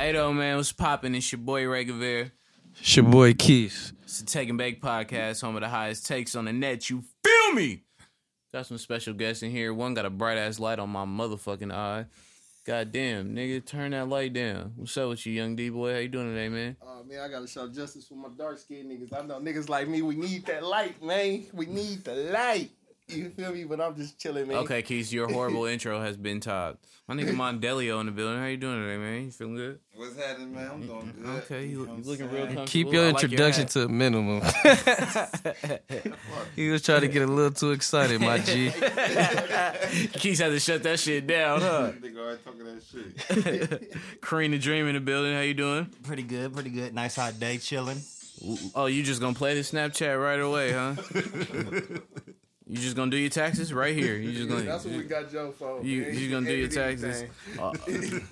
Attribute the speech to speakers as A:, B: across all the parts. A: Yo, man, what's poppin'? It's your boy Ray Gavir.
B: It's your boy Keith.
A: It's the Taking Back Podcast, home of the highest takes on the net. You feel me? Got some special guests in here. One got a bright ass light on my motherfucking eye. Goddamn, nigga, turn that light down. What's up with you, young D boy? How you doing today, man?
C: Oh man, I gotta show justice for my dark skinned niggas. I know niggas like me, we need that light, man. We need the light. You feel me? But I'm just chilling, man.
A: Okay, Keith, your horrible intro has been topped. My nigga Mondelio in the building. How you doing today, man? You feeling good?
D: What's happening, man? I'm doing good.
A: Mm-hmm. Okay, you,
D: know
A: you
D: what I'm
A: looking real
D: saying?
A: comfortable.
B: Keep your
A: I like
B: introduction
A: hat.
B: to a minimum. he was trying to get a little too excited, my G.
A: Keith had to shut that shit down, huh?
D: Nigga, already talking that shit.
A: Karina Dream in the building. How you doing?
E: Pretty good, pretty good. Nice hot day, chilling.
A: Oh, you just gonna play the Snapchat right away, huh? you just gonna do your taxes right here. You just gonna.
C: That's what we got Joe for.
A: You-
C: man.
A: you gonna do your taxes. Uh,
C: Everything.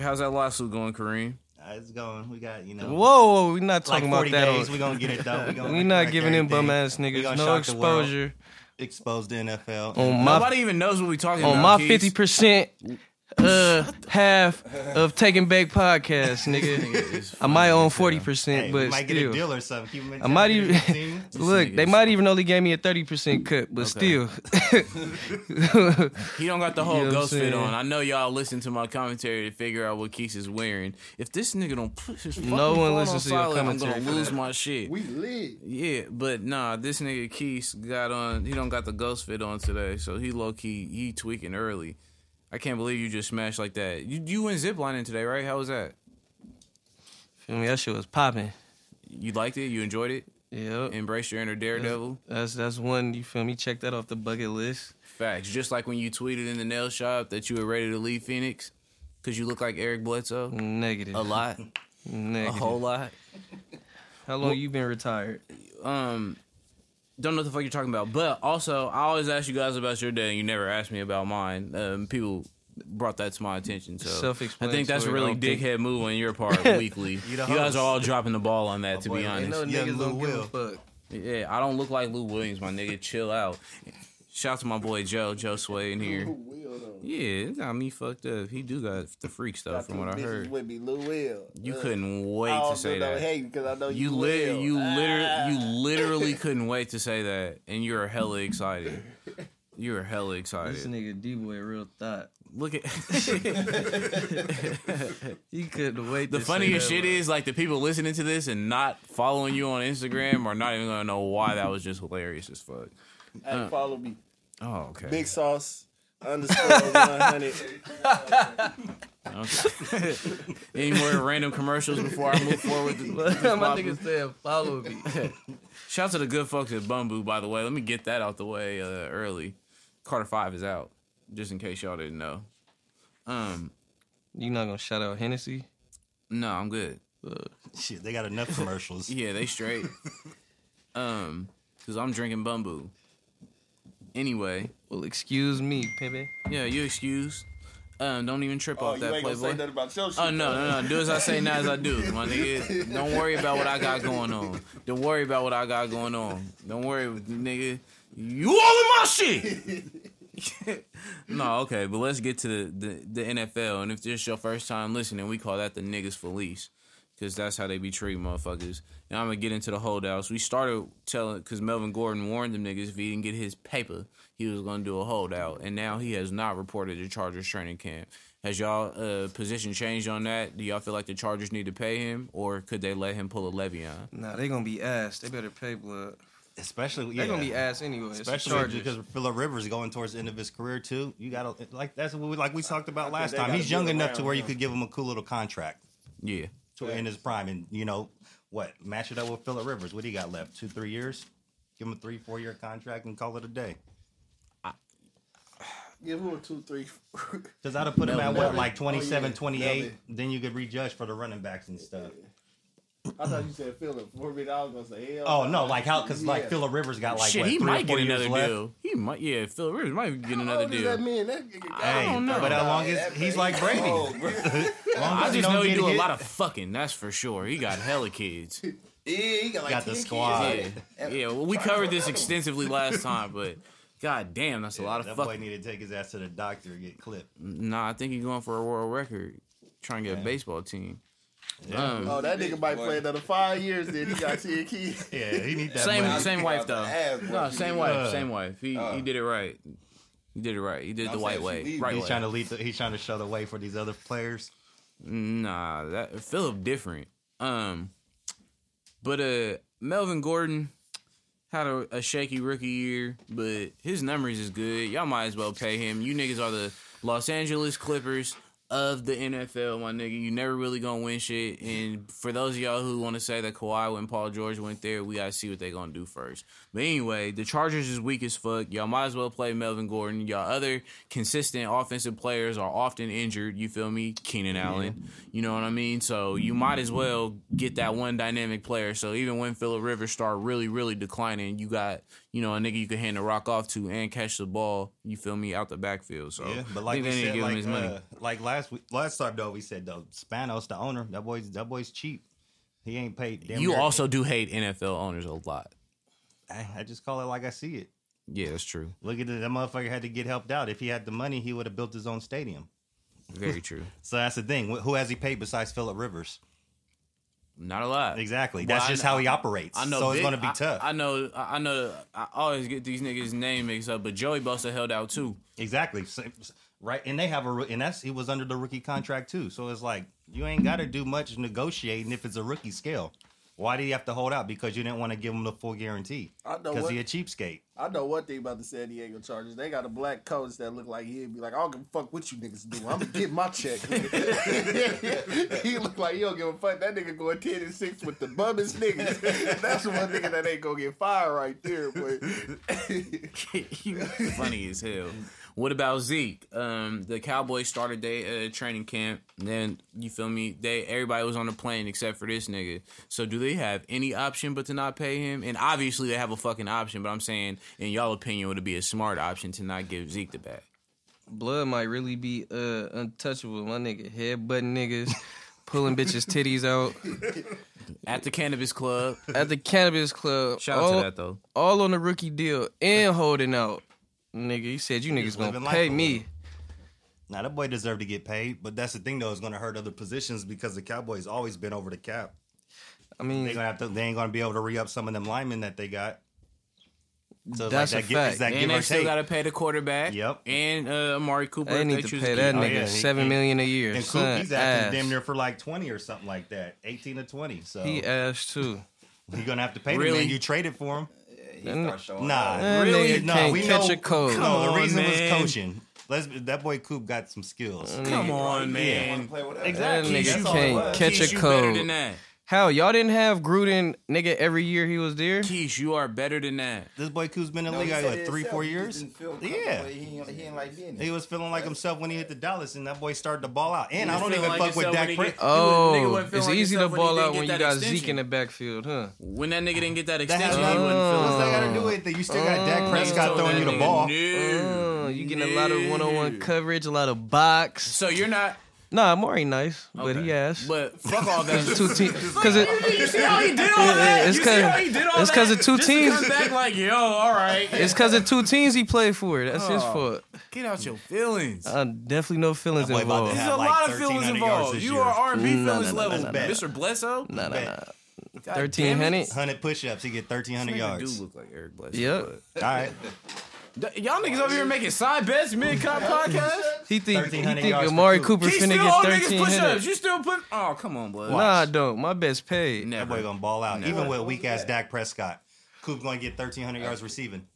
A: How's that lawsuit going, Kareem?
E: Uh, It's going. We got you know.
B: Whoa, we're not
E: Like
B: talking
E: forty
B: about that.
E: days,
B: on-
E: we gonna get it done. We gonna
B: we not
E: correct
B: giving them
E: everything.
B: bum ass
E: We
B: niggas
E: gonna
B: no
E: shock the world.
B: exposure
E: Expose the NFL.
B: on my
A: Nobody even knows what we talking
B: on
A: about.
B: my
A: Keys.
B: fifty percent uh half of taking back podcast, nigga. I might own forty
E: Hey,
B: percent,
E: we
B: but
E: might get a
B: still.
E: deal or something. Keep them in
B: I might
E: town.
B: even
E: Team.
B: look. They
A: niggas.
B: might even only gave me a thirty percent cut, but still.
A: He don't got the whole
B: You know what I'm
A: ghost fit
B: saying?
A: on. I know y'all listen to my commentary to figure out what Keith is wearing. If this nigga don't put his fucking
B: No one
A: phone
B: listens
A: on
B: to your
A: silent, I'm
B: commentary for
A: gonna lose
B: that.
A: my shit.
C: We lit.
A: Yeah, but nah, this nigga Keith got on. He don't got the ghost fit on today, so he low key he tweaking early. I can't believe you just smashed like that. You you went ziplining today, right? How was that?
B: Feel me? That shit was popping.
A: You liked it. You enjoyed it.
B: Yep.
A: Embrace your inner daredevil.
B: That's that's one. You feel me? Check that off the bucket list.
A: Facts. Just like when you tweeted in the nail shop that you were ready to leave Phoenix because you look like Eric Bledsoe.
B: Negative.
A: A lot, a
B: Negative.
A: whole lot.
B: How long you been retired?
A: um don't know what the fuck you're talking about. But also, I always ask you guys about your day, and you never ask me about mine. Um, people brought that to my attention, so I
B: Self-explanatory,
A: think that's a really
B: I don't think-
A: dickhead move on your part weekly. You,
E: You the
A: guys
E: host.
A: are all dropping the ball on that, to be
E: boy, ain't
A: honest.
E: no Yeah, niggas Lil don't give a
B: fuck.
A: yeah, I don't look like Lou Williams, my nigga. Chill out. Shout out to my boy Joe, Joe Sway in
C: Who
A: here.
C: will though?
A: Yeah, it got me fucked up. He do got the freak stuff
C: Got
A: from
C: two
A: what I
C: bitches
A: heard.
C: With me, Lil Will.
A: You
C: Uh,
A: couldn't
C: I
A: wait
C: don't
A: to say
C: do
A: that.
C: No hate because I know
A: You
C: you.
A: literally,
C: will.
A: you
C: Ah.
A: literally, you literally couldn't wait to say that, and you were hella excited. You were hella
B: This
A: excited.
B: nigga D boy real thought.
A: Look at
B: He couldn't wait.
A: the
B: to
A: funniest
B: say
A: shit
B: that, bro.
A: is like the people listening to this and not following you on Instagram are not even gonna know why that was just hilarious as fuck. uh.
C: Hey, follow me,
A: Oh okay.
C: Big Sauce underscore one hundred.
A: Okay. Any more random commercials before I move forward? with this
B: My
A: topic?
B: nigga said, "Follow me."
A: Shout out to the good folks at Bumbu, by the way. Let me get that out the way uh, early. Carter Five is out, just in case y'all didn't know. Um,
B: you not gonna shout out Hennessy?
A: no, I'm good.
E: Shit, they got enough commercials.
A: Yeah, they straight. um, because I'm drinking Bumbu. Anyway,
B: Well, excuse me, Pepe.
A: yeah, you excuse. Um, don't even trip
C: Oh,
A: off
C: you
A: that
C: ain't gonna say
A: playboy.
C: nothing about your shit.
A: Oh no, no, no! Do as I say, not as I do, my nigga. Don't worry about what I got going on. Don't worry about what I got going on. Don't worry, nigga. You all in my shit. no, okay, but let's get to the, the the NFL. And if this your first time listening, we call that the niggas police, because that's how they be treating motherfuckers. And I'm gonna get into the holdouts. We started telling because Melvin Gordon warned them niggas if he didn't get his paper, he was gonna do a holdout, and now he has not reported to Chargers training camp. Has y'all uh, position changed on that? Do y'all feel like the Chargers need to pay him, or could they let him pull a Le'Veon?
B: Nah, they gonna be ass. They better pay blood.
E: Especially, yeah.
B: They gonna be ass anyway. It's the
E: Especially
B: Chargers.
E: because Philip Rivers going towards the end of his career too. You gotta like that's what we like we talked about last
C: they
E: time.
C: gotta
E: He's
C: be
E: young enough
C: around
E: to where you
C: him.
E: could give him a cool little contract
A: Yeah,
E: to in his prime, and you know what, match it up with Philip Rivers. What he got left? Two, three years. Give him a three, four year contract and call it a day.
C: Give him a two, three.
E: Because I'd have put him at what,
C: Melvin.
E: like 27,
C: Oh, yeah.
E: 28.
C: Melvin.
E: Then you could rejudge for the running backs and stuff.
C: I thought you said Philip. For a minute, I was gonna say hell.
E: Oh, no, like how, because like
C: Yeah.
E: Philip Rivers got like,
A: shit,
E: what,
A: he
E: three
A: might
E: or four
A: get
E: years
A: another
E: left.
A: deal. He might, yeah, Phil Rivers might get
C: How
A: another
C: old is that
A: deal.
C: man? That nigga got-
E: Hey,
A: don't know.
E: but how long is
C: That
E: he's
C: man-
E: like Brady?
C: Oh, bro.
E: Long as
A: I just
E: don't
A: know he
E: get
A: do a
E: hit,
A: lot of fucking. That's for sure. He got hella kids.
C: Yeah, he got, like
E: Got the
C: 10 kids.
E: squad.
A: Yeah, yeah. Well, we covered this extensively last time, but god damn, that's a lot of
E: That boy
A: fucking.
E: need to take his ass to the doctor and get clipped.
A: Nah, I think he's going for a world record. trying to get a baseball team.
E: Yeah.
A: Um,
C: Oh, that nigga might
D: Boy.
C: play another five years. Then he got ten kids.
E: Yeah, he need that
A: same
E: money.
A: same wife though. No, same wife,
E: Uh,
A: same wife. He
D: uh.
A: he did it right. He did it right. He did it
D: I'm
A: the white
D: saying she
A: way.
D: leave.
A: Right
E: He's
A: way.
E: trying to lead. The, he's trying to show the way for these other players.
A: Nah, that Philip different. Um, but uh, Melvin Gordon had a, a shaky rookie year, but his numbers is good. Y'all might as well pay him. You niggas are the Los Angeles Clippers of the NFL, my nigga. You never really gonna win shit. And for those of y'all who want to say that Kawhi and Paul George went there, we gotta see what they gonna do first. But anyway, the Chargers is weak as fuck. Y'all might as well play Melvin Gordon. Y'all other consistent offensive players are often injured. You feel me? Keenan Allen. You know what I mean? So you might as well get that one dynamic player. So even when Phillip Rivers start really, really declining, you got, you know, a nigga you can hand the rock off to and catch the ball, you feel me, out the backfield. So
E: Yeah, but
A: I
E: like
A: think
E: we
A: they need to
E: said,
A: give him
E: like,
A: his money.
E: uh, like last week, last time though, we said though, Spanos, the owner, that boy's that boy's cheap. He ain't paid. Damn
A: you
E: near-
A: also do hate NFL owners a lot.
E: I, I just call it like I see it.
A: Yeah, that's true.
E: Look at it, that motherfucker had to get helped out. If he had the money, he would have built his own stadium.
A: Very true.
E: So that's the thing. Wh- Who has he paid besides Philip Rivers?
A: Not a lot.
E: Exactly.
A: Well,
E: That's
A: I
E: just
A: kn-
E: how he operates.
A: I know.
E: So it's
A: Big-
E: going to be
A: I-
E: tough.
A: I know. I I know. I always get these niggas' name mixed up, but Joey Buster held out too.
E: exactly. So- right. And they have a roo- and that's he was under the rookie contract too. So it's like you ain't got to do much negotiating if it's a rookie scale. Why did he have to hold out? Because you didn't want to give him the full guarantee.
C: I know
E: Because
C: what-
E: he a cheapskate.
C: I know one thing about the San Diego Chargers. They got a black coach that look like he'd be like, I don't give a fuck what you niggas do. I'm gonna get my check. he look like he don't give a fuck. That nigga going ten and six with the bummest niggas. That's the one nigga that ain't gonna get fired right there. But
A: you funny as hell. What about Zeke? Um, the Cowboys started their uh, training camp. and Then you feel me? They everybody was on the plane except for this nigga. So do they have any option but to not pay him? And obviously they have a fucking option. But I'm saying, in y'all opinion, would it be a smart option to not give Zeke the bag?
B: Blood might really be uh untouchable. My nigga headbutting niggas, pulling bitches' titties out
A: At the cannabis club.
B: at the cannabis club.
A: Shout out
B: all,
A: to
E: Oh,
A: that though.
B: all on the rookie deal and holding out. Nigga, you said you niggas gonna
E: living
B: pay
E: life a
B: me.
E: Now that boy deserved to get paid, but that's the thing though, it's gonna hurt other positions because the Cowboys always been over the cap.
B: I
E: They
B: mean,
E: gonna have to they ain't gonna be able to re up some of them linemen that they got. So it's
B: That's a
E: that give- it's
B: fact.
E: that
A: And
E: give
A: they
E: or
A: still
E: take.
A: gotta pay the quarterback.
E: Yep.
A: And uh, Amari Cooper.
B: they
A: if
B: need to
A: choose
B: pay
A: keep
B: that
A: him.
E: Oh,
B: nigga
E: yeah, he-
B: seven
E: he-
B: million a year.
E: and Coop,
B: Son,
E: he's acting damn
B: ass.
E: near for like twenty or something like that, eighteen or twenty. So
B: He ass too.
E: you're gonna have to pay the
A: Really?
E: man you traded for him.
B: That
E: Nah,
B: That
A: Really?
B: nigga
E: nah,
B: can't
E: we
B: catch
E: know,
B: a cold.
E: No,
A: Come
E: the reason
A: on, man.
E: was coaching. Let's that boy Coop got some skills.
A: Come on, man.
B: That
E: Exactly.
B: nigga
E: That's all it
B: can't
E: was.
B: catch
A: Keith,
B: a
A: you better than
B: cold.
A: that.
B: How y'all didn't have Gruden nigga every year he was there?
A: Keith, you are better than that.
E: This boy Coop's been in the league like what, three, four years. Yeah.
D: He ain't, he ain't like being
E: He was feeling like himself when he hit the Dallas, and that boy started to ball out. And I don't
A: Feeling
E: even
A: like
E: fuck with
A: yourself when
E: Dak
A: he
E: Prescott.
A: get- Nigga
B: Oh,
A: wasn't feeling
B: it's
A: like
B: easy to
A: himself when he
B: ball
A: didn't
B: out
A: get
B: when you
A: that
B: got
A: extension.
B: Zeke in the backfield, huh?
A: When that nigga didn't get that
E: That has
A: extension, he
E: nothing.
A: wasn't
B: Oh.
E: What's
A: feeling
E: that
A: it.
E: got to do with it? You still got Dak
A: He
E: Prescott
A: told
E: throwing
A: that
E: you the
A: nigga,
E: ball.
A: "No."
B: Oh, you getting a lot of one on one coverage, a lot of box.
A: So you're not,
B: Nah, Amari nice, but he
A: Okay.
B: ass.
A: but fuck all that.
B: two teams, cause it,
A: you see how he did all that?
B: It's
A: you see
B: 'cause-
A: how he did all
B: it's
A: that?
B: 'cause of two
A: Just to
B: teams.
A: Come back like, yo, all right.
B: it's cause of two teams he played for. That's his fault.
A: Get out your feelings.
B: Uh, definitely no feelings
E: That boy
B: involved.
E: about to
A: There's
E: have-
A: a
E: like
A: lot of feelings
E: 1,300 yards
A: involved.
E: this
A: You
E: year.
A: are R&B
B: No, no,
A: feelings
B: no,
A: level,
B: no, no, no.
A: Mr. Blesso.
B: Nah, nah, nah.
A: God
B: Thirteen
A: damn it.
B: hundred.
E: 100 push ups, he get 1,300
A: Nigga
E: yards.
A: do
E: All
A: look like Eric Blesso.
B: Yep.
E: right.
A: but- D- Y'all niggas over here making side bets mid cop podcast.
B: He think he
E: 1,300
B: think
E: yards for
B: Amari
E: Coop.
B: Cooper
A: He still
B: finna
A: owe
B: get
A: niggas
B: thirteen
A: push ups.
B: hundred.
A: You still put? Oh come on, blood.
B: Nah, I don't. My best paid.
E: That
A: Never.
E: boy going to ball out. Even
A: Never. Uh-huh.
E: with weak ass Dak Prescott, Coop going to get 1,300 yards receiving.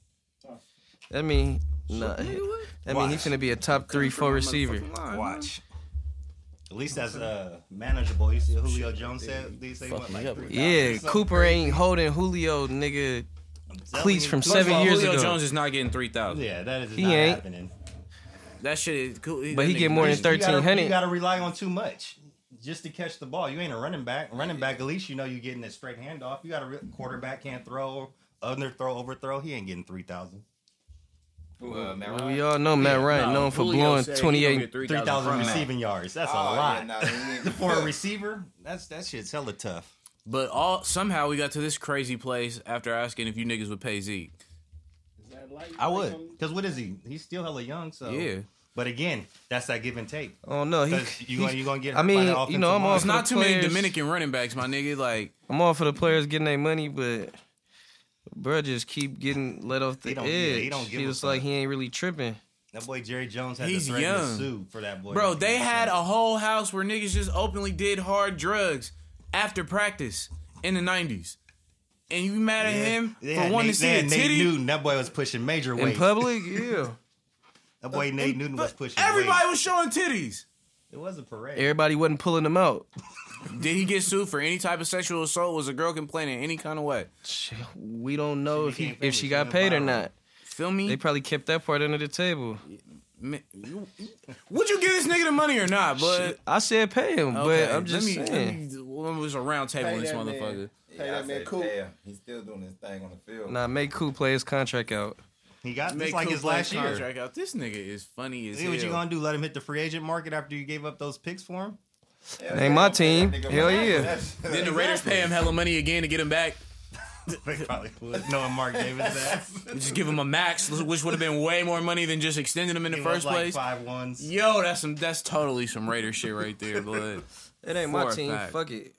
B: I mean, nah. I mean, he
E: Watch.
B: finna be a top three, four receiver.
A: Uh-huh.
E: Watch. At least that's uh, manageable. You see what Julio Jones said? They say what, like three
B: Yeah, Cooper ain't holding Julio, nigga. cleats from
A: First
B: seven
A: of all,
B: years
A: Julio
B: ago.
A: Jones is not getting three thousand.
E: Yeah, that is
B: He
E: not
B: ain't.
E: happening.
A: That shit is cool.
B: But
A: that
B: he
A: nigga
B: get more than
A: crazy.
B: 30.
E: You gotta-
B: 1,300.
E: You got to rely on too much just to catch the ball. You ain't a running back. Running back, at least you know you're getting a straight handoff. You got a re- quarterback can't throw, underthrow, overthrow. He ain't getting three thousand.
B: Well, we all know Matt Ryan
A: No,
B: known for
A: Julio
B: blowing
A: said he
B: twenty
A: gonna
B: eight.
A: get 3,000
E: Three thousand
A: from that.
E: receiving yards. That's a lot for a receiver. That's that shit's hella tough.
A: But all somehow we got to this crazy place after asking if you niggas would pay Zeke.
E: I would, because what is he? He's still hella young. So
A: Yeah.
E: But again, that's that give and take.
B: Oh no, he,
E: 'Cause you gonna- you gonna get
B: I
E: hurt by
B: mean,
E: the
B: you
E: offensive
B: know, I'm
E: line.
B: all
E: It's
A: It's
B: for
A: not
B: the
A: too many
B: players.
A: Dominican running backs, my nigga. Like
B: I'm all for the players getting their money, but bruh just keep getting let off the
E: He don't-
B: edge.
E: yeah, he
B: he
E: don't give a
B: was like
E: fuck.
B: he ain't really tripping.
E: That boy Jerry Jones had
A: He's
E: to threaten to
A: young.
E: sue for that boy.
A: Bro, they had uh, a whole house where niggas just openly did hard drugs after practice in the nineties, and you mad at him
E: They
A: for
E: had
A: wanting
E: Nate-
A: to see
E: they
A: a
E: had Nate
A: titty?
E: Newton. That boy was pushing major
B: In
E: weight.
B: public, yeah.
E: That boy Nate Newton was
A: But
E: pushing.
A: everybody
E: weight.
A: was showing titties.
E: It was a parade.
B: Everybody wasn't pulling them out.
A: Did he get sued for any type of sexual assault? Was a girl complaining any kind of way?
B: Shit, We don't know
E: She
B: if he,
E: became
B: if she
E: famous.
B: got
E: She went
B: paid or
E: viral.
B: not.
A: Feel
B: They
A: me?
B: probably kept that part under the table.
A: Ma- you- Would you give this nigga the money or not? But
B: I said pay him,
A: Okay,
B: but I'm just
A: let me,
B: saying.
A: Let me, well, it was a round table
C: Pay
A: in this
C: that man.
A: motherfucker.
C: Hey, that
D: I
C: man
D: said,
C: cool.
D: damn, he's still doing his thing on the field.
B: Nah, make Coop play his contract out.
E: He got
A: Make
E: this like
A: Coop
E: his
A: play
E: last year.
A: Contract out. This nigga is funny as
E: See what you
A: hell.
E: gonna do? Let him hit the free agent market after you gave up those picks for him?
D: Hell
B: ain't
D: yeah,
B: my
D: I'm saying
B: team.
D: that nigga
B: Hell
D: went
B: yeah.
D: out. That's-
A: Then the Raiders pay him hella money again to get him back.
E: They probably would. Knowing Mark Davis' ass.
A: Just give him a max, which would have been way more money than just extending him in the
E: He was
A: first
E: like
A: place.
E: Five ones.
A: Yo, that's some that's totally some Raider shit right there, but
B: It ain't my
A: For a
B: team.
A: fact.
B: Fuck it.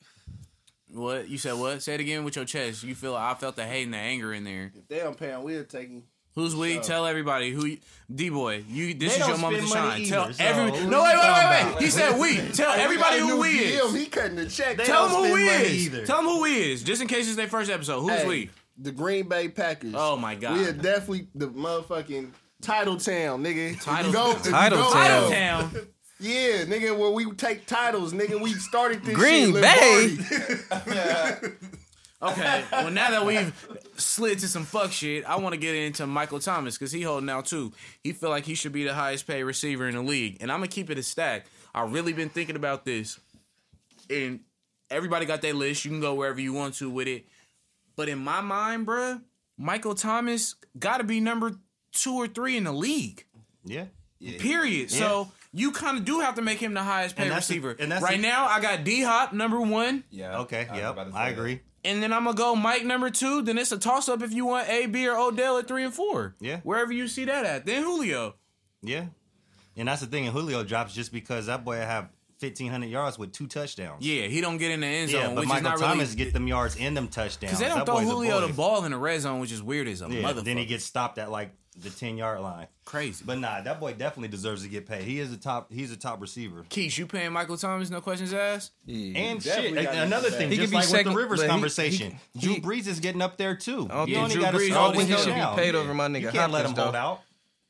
A: what you said what? Say it again with your chest. You feel I felt the hate and the anger in there.
C: If they don't pay him, we'll take him.
A: Who's we? Tell everybody who D boy. You this
E: They
A: is your
E: don't
A: moment to
E: spend
A: shine.
E: money
A: Tell
E: either, so
A: every
E: what
A: No wait, wait,
E: you
A: wait,
E: talking
A: wait.
E: about?
A: He said we. Tell everybody
C: got a
A: who
C: new
A: we
C: GM.
A: is.
C: He cutting the check.
E: They
A: Tell
E: don't
A: them who
E: spend
A: we
E: money
A: is.
E: either.
A: Tell them who we is. Just in case it's their first episode. Who's
C: Hey,
A: we?
C: The Green Bay Packers.
A: Oh, my God.
C: We are definitely the motherfucking title town, nigga. If you
A: Title-
C: go- if you
B: Title
C: go-
B: town.
A: Title Town.
C: Yeah, nigga, where we take titles, nigga. We started this
B: Green
C: shit, Lil
B: Bay?
C: Marty.
A: Okay, well now that we've slid to some fuck shit, I want to get into Michael Thomas because he holding out too. He feel like he should be the highest paid receiver in the league, and I'm gonna keep it a stack. I really been thinking about this, and everybody got their list. You can go wherever you want to with it, but in my mind, bruh, Michael Thomas got to be number two or three in the league.
E: Yeah.
A: Period. So you kind of do have to make him the highest paid
E: that's the-
A: receiver.
E: and that's
A: right
E: the-
A: now, I got D Hop number one
D: Yeah.
E: Okay.
D: I was about
E: Yep.
D: to say
E: I
D: that.
E: agree.
A: and then I'm gonna go Mike number two. Then it's a toss up if you want A, B, or Odell at three and four.
E: Yeah.
A: wherever you see that at. Then Julio.
E: Yeah. And that's the thing. And Julio drops just because that boy have fifteen hundred yards with two touchdowns.
A: Yeah, he don't get in the end zone,
E: Yeah, but
A: which
E: Michael
A: is not
E: Thomas
A: really
E: get them yards and them touchdowns.
A: because they don't
E: That
A: throw
E: boy's a
A: Julio
E: boy.
A: the ball in the red zone, which is weird as a
E: Yeah,
A: motherfucker.
E: then he gets stopped at like the ten yard line.
A: crazy. But
E: But nah, that boy definitely deserves to get paid. He is a top. He's a top receiver.
A: Keith, you paying Michael Thomas? No questions asked.
E: And
C: definitely
E: shit,
C: got to
E: another
C: get
E: thing,
B: paid. He could
E: just
B: be
E: like
B: second,
E: with the Rivers
B: but he-
E: conversation,
B: he- he-
E: Drew Brees is getting up there too.
B: I don't
E: You
B: think
E: only
A: Drew
E: got
A: Brees
E: to slow
A: always
E: him
A: should be
E: down.
B: paid over my nigga
E: You can't let him
B: Hopkins,
E: hold
B: though.
E: out.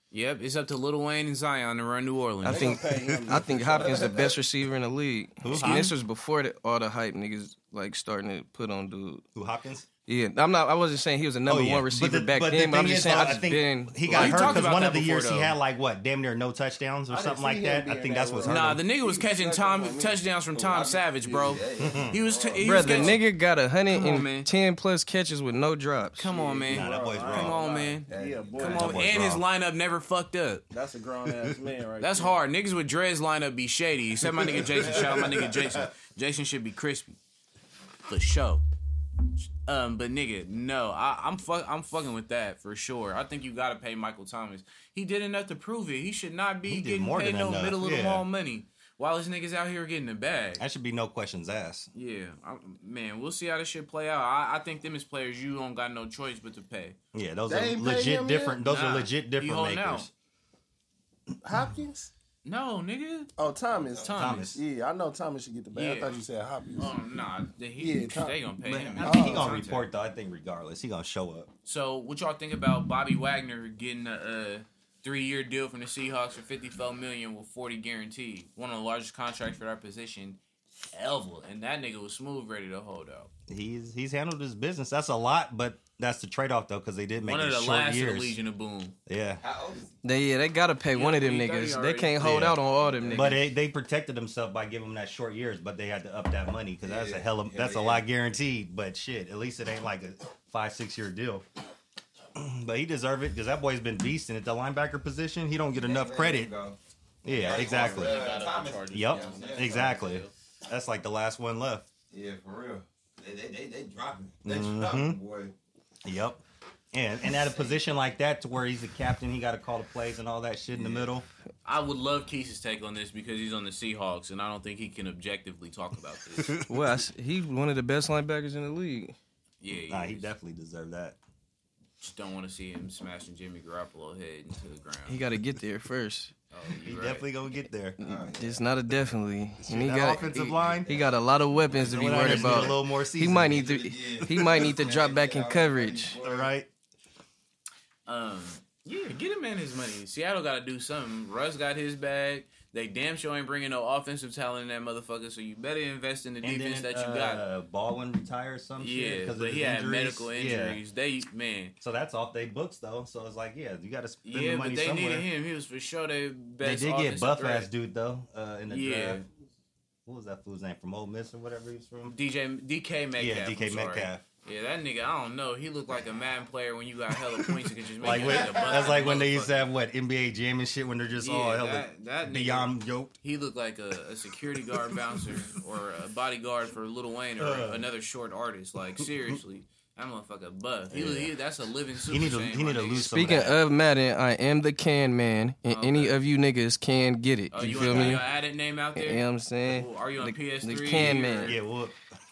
A: Yep, it's up to Lil Wayne and Zion to run New Orleans.
B: I think
C: gonna pay him.
B: I think Hopkins the best receiver in the league.
E: Who,
B: And this was before the, all the hype niggas like starting to put on dude.
E: Who Hopkins?
B: Yeah, I'm not. I wasn't saying he was a number one receiver
E: Oh, But the-
B: back
E: but the
B: then, but I'm
E: thing
B: just
E: is,
B: saying
E: though,
B: I just been.
E: he
A: Well,
E: got
A: you
E: hurt
A: talked
E: because
A: about
E: one
A: that
E: of the
A: before,
E: years
A: though.
E: he had like what, damn near no touchdowns or
C: didn't
E: something
C: see
E: like
C: him
E: that. I
C: being
E: think
C: that
E: that's what's
C: low.
E: hurt.
A: Nah,
E: him.
A: the nigga was catching Tom touchdowns from Tom Savage, bro. He was t- he
B: Bro,
A: was
B: the
A: catching.
B: nigga got
A: Come on, man.
B: 110 plus catches with no drops.
A: Come on,
E: Nah, that
A: man.
E: boy's
A: Come
E: wrong.
A: on, man.
C: Yeah, boy.
A: Come
E: That
A: on.
E: boy's
A: And his
E: wrong.
A: lineup never fucked up.
C: That's a grown ass man right
A: That's
C: there.
A: hard. Niggas with dreads line up be shady. Except my nigga Jason. Shout out my nigga Jason. Jason should be crispy. For sure. Um, but nigga, no, I, I'm fuck, I'm fucking with that for sure. I think you gotta pay Michael Thomas. He did enough to prove it. He should not be
E: He did
A: getting
E: more
A: paid
E: than
A: no
E: enough,
A: middle of the
E: yeah.
A: wall money while his niggas out here getting the bag.
E: That should be no questions asked.
A: Yeah, I, man, we'll see how this shit play out. I, I think them as players, you don't got no choice but to pay.
E: Yeah, those
C: They
E: are
C: ain't paid him
E: legit
C: yet?
E: different. Those
A: Nah,
E: are legit
A: he
E: different
A: holding
E: makers.
A: out.
C: Hopkins?
A: No, nigga.
C: Oh, Thomas.
A: Thomas.
C: Yeah, I know Thomas should get the bag. I
A: Yeah.
C: thought you said Hopkins.
A: Oh, nah, they, he,
C: Yeah, Tom-
A: they gonna pay
E: But
A: him.
E: I think he gonna
A: Contact.
E: report though. I think regardless, he gonna show up.
A: So, what y'all think about Bobby Wagner getting a uh, three-year deal from the Seahawks for fifty-four million with forty guaranteed? One of the largest contracts for that position ever, and that nigga was smooth, ready to hold out.
E: He's he's handled his business. That's a lot, but that's the trade off though because they did make
A: One
E: it
A: of the
E: short
A: last
E: years.
A: of the Legion of Boom.
E: Yeah,
D: How old is he?
B: They, yeah, they gotta pay one of them
A: he thirty
B: niggas. They
A: already.
B: can't hold
E: Yeah.
B: out on all them niggas.
E: but they they protected themselves by giving him that short years, but they had to up that money because that's a
D: Yeah,
E: hell of
D: yeah,
E: that's a
D: yeah.
E: lot guaranteed. But shit, at least it ain't like a five six year deal. But he deserve it because that boy's been beasting at the linebacker position. He don't get enough credit.
D: Go.
E: Yeah, exactly.
D: Uh, Thomas.
E: Yep,
D: Yeah, yeah,
E: exactly.
D: Thomas,
E: That's like the last one left.
D: Yeah, for real. They they they, they dropping. They dropping, boy.
E: Yep. And and at a position like that to where he's the captain, he got to call the plays and all that shit in the middle.
A: I would love Keisha's take on this because he's on the Seahawks, and I don't think he can objectively talk about this.
B: Well, I s he's one of the best linebackers in the league.
A: Yeah,
E: Nah, he
A: just-
E: definitely deserved that.
A: just don't want to see him smashing Jimmy Garoppolo head into the ground.
B: He got to get there first.
A: oh,
E: He
A: you right.
E: definitely gonna get there.
B: It's not a definitely. And he
E: that
B: got
E: offensive
B: he,
E: line.
B: He got a lot of weapons to be
E: When I
B: worried
E: just need a
B: about.
E: little more
B: He
E: season.
B: might need to.
D: Yeah.
B: He might need to drop back in coverage.
E: right.
A: Um, yeah, get him man his money. Seattle got to do something. Russ got his bag. They damn sure ain't bringing no offensive talent in that motherfucker. So you better invest in the
E: And
A: defense
E: then
A: that you got.
E: uh, Baldwin retires some shit
A: Yeah,
E: because
A: but
E: of
A: he
E: his
A: had
E: injuries.
A: medical
E: Yeah.
A: injuries. They man,
E: So that's off they books though. So it's like, yeah, you got to spend
A: yeah,
E: the
A: but
E: money
A: they
E: somewhere.
A: needed him. He was for sure their
E: They
A: best.
E: did get
A: offensive
E: buff
A: threat.
E: ass dude though uh, in the
A: Yeah.
E: draft. What was that fool's name from Ole Miss or whatever he's from?
A: DJ DK Metcalf.
E: yeah, DK
A: I'm sorry.
E: Metcalf.
A: Yeah, that nigga. I don't know. He looked like a Madden player when you got hella points. You could just make
E: Like
A: it
E: when,
A: like a buck-
E: that's like when they used to
A: motherfucker.
E: have what NBA Jam and shit when they're just all
A: Yeah,
E: hella
A: that- that nigga-
E: beyond yoked.
A: He looked like a, a security guard bouncer or a bodyguard for Lil Wayne or
E: Uh.
A: another short artist. Like seriously, that motherfucker buff. He, was- he- that's a living super.
E: He need to
A: Saiyan,
E: he
A: my
E: need to
A: nigga.
E: lose some.
B: Speaking
E: of, that.
B: of Madden, I am the can man, and
A: Okay.
B: any of you niggas can get it.
A: Oh,
B: you
A: you,
B: feel
A: want
B: me?
A: your added name out
B: You
A: there?
B: know what I'm saying?
A: Well, Are you on
B: The-
A: PS3?
B: the can
A: or-
B: man.
E: yeah, well,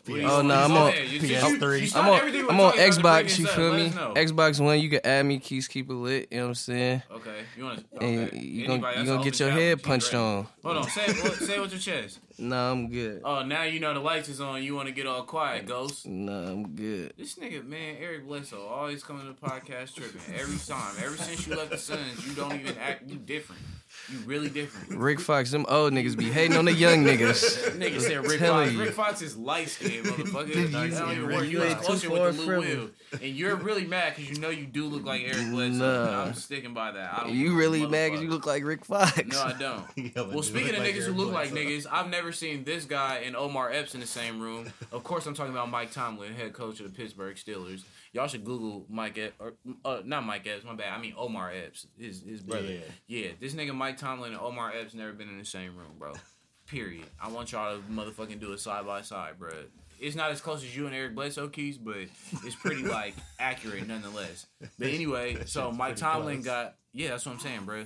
A: What do you-
B: Oh, no,
A: you
B: I'm
A: saw
B: on-
A: there. You- you-
E: PS3.
A: you saw
B: I'm on,
A: everything we're
B: I'm on
A: talking about to bring
B: Xbox,
A: this
B: you
A: up.
B: feel
A: Let
B: me?
A: us know.
B: Xbox One, you can add me, Keys Keep It Lit, you know what I'm saying?
A: Okay, you want to? Okay.
B: And you
A: Anybody,
B: gonna, you
A: that's
B: gonna
A: an
B: get
A: open
B: your head
A: challenge.
B: punched
A: You
B: on.
A: ready? Hold on, say it, what, say it with your chest.
B: Nah, I'm good.
A: Oh, now you know the lights is on. You want to get all quiet, ghost.
B: Nah, I'm good.
A: This nigga, man, Eric Bledsoe, always coming to the podcast tripping every time. Ever since you left the Suns, you don't even act. You different. You really different.
B: Rick Fox, them old niggas be hating on the young niggas.
A: Nigga said Rick
B: Telling
A: Fox.
B: you.
A: Rick Fox is light skinned, motherfucker.
B: Dude,
A: Like,
B: you-
A: that don't even
B: Rick
A: work. You was
B: Fox.
A: closer
B: Too
A: with
B: far
A: the Lou
B: from
A: Will, and you're really mad because you know you do look like Eric Bledsoe.
B: Nah.
A: I'm sticking by that. I don't
B: You
A: give a
B: really mad 'cause
A: motherfucker.
B: you look like Rick Fox.
A: No, I don't. Well, speaking of niggas who look like niggas, I've never seen this guy and Omar Epps in the same room. Of course, I'm talking about Mike Tomlin, head coach of the Pittsburgh Steelers. Y'all should Google Mike Epps, or uh, not Mike Epps, my bad. I mean Omar Epps, his his brother.
E: Yeah.
A: Yeah. this nigga Mike Tomlin and Omar Epps never been in the same room, bro. Period. I want y'all to motherfucking do it side by side, bro. It's not as close as you and Eric Bledsoe keys, but it's pretty like accurate nonetheless. But anyway, so Mike
E: pretty
A: Tomlin
E: close.
A: got yeah, that's what I'm saying, bro.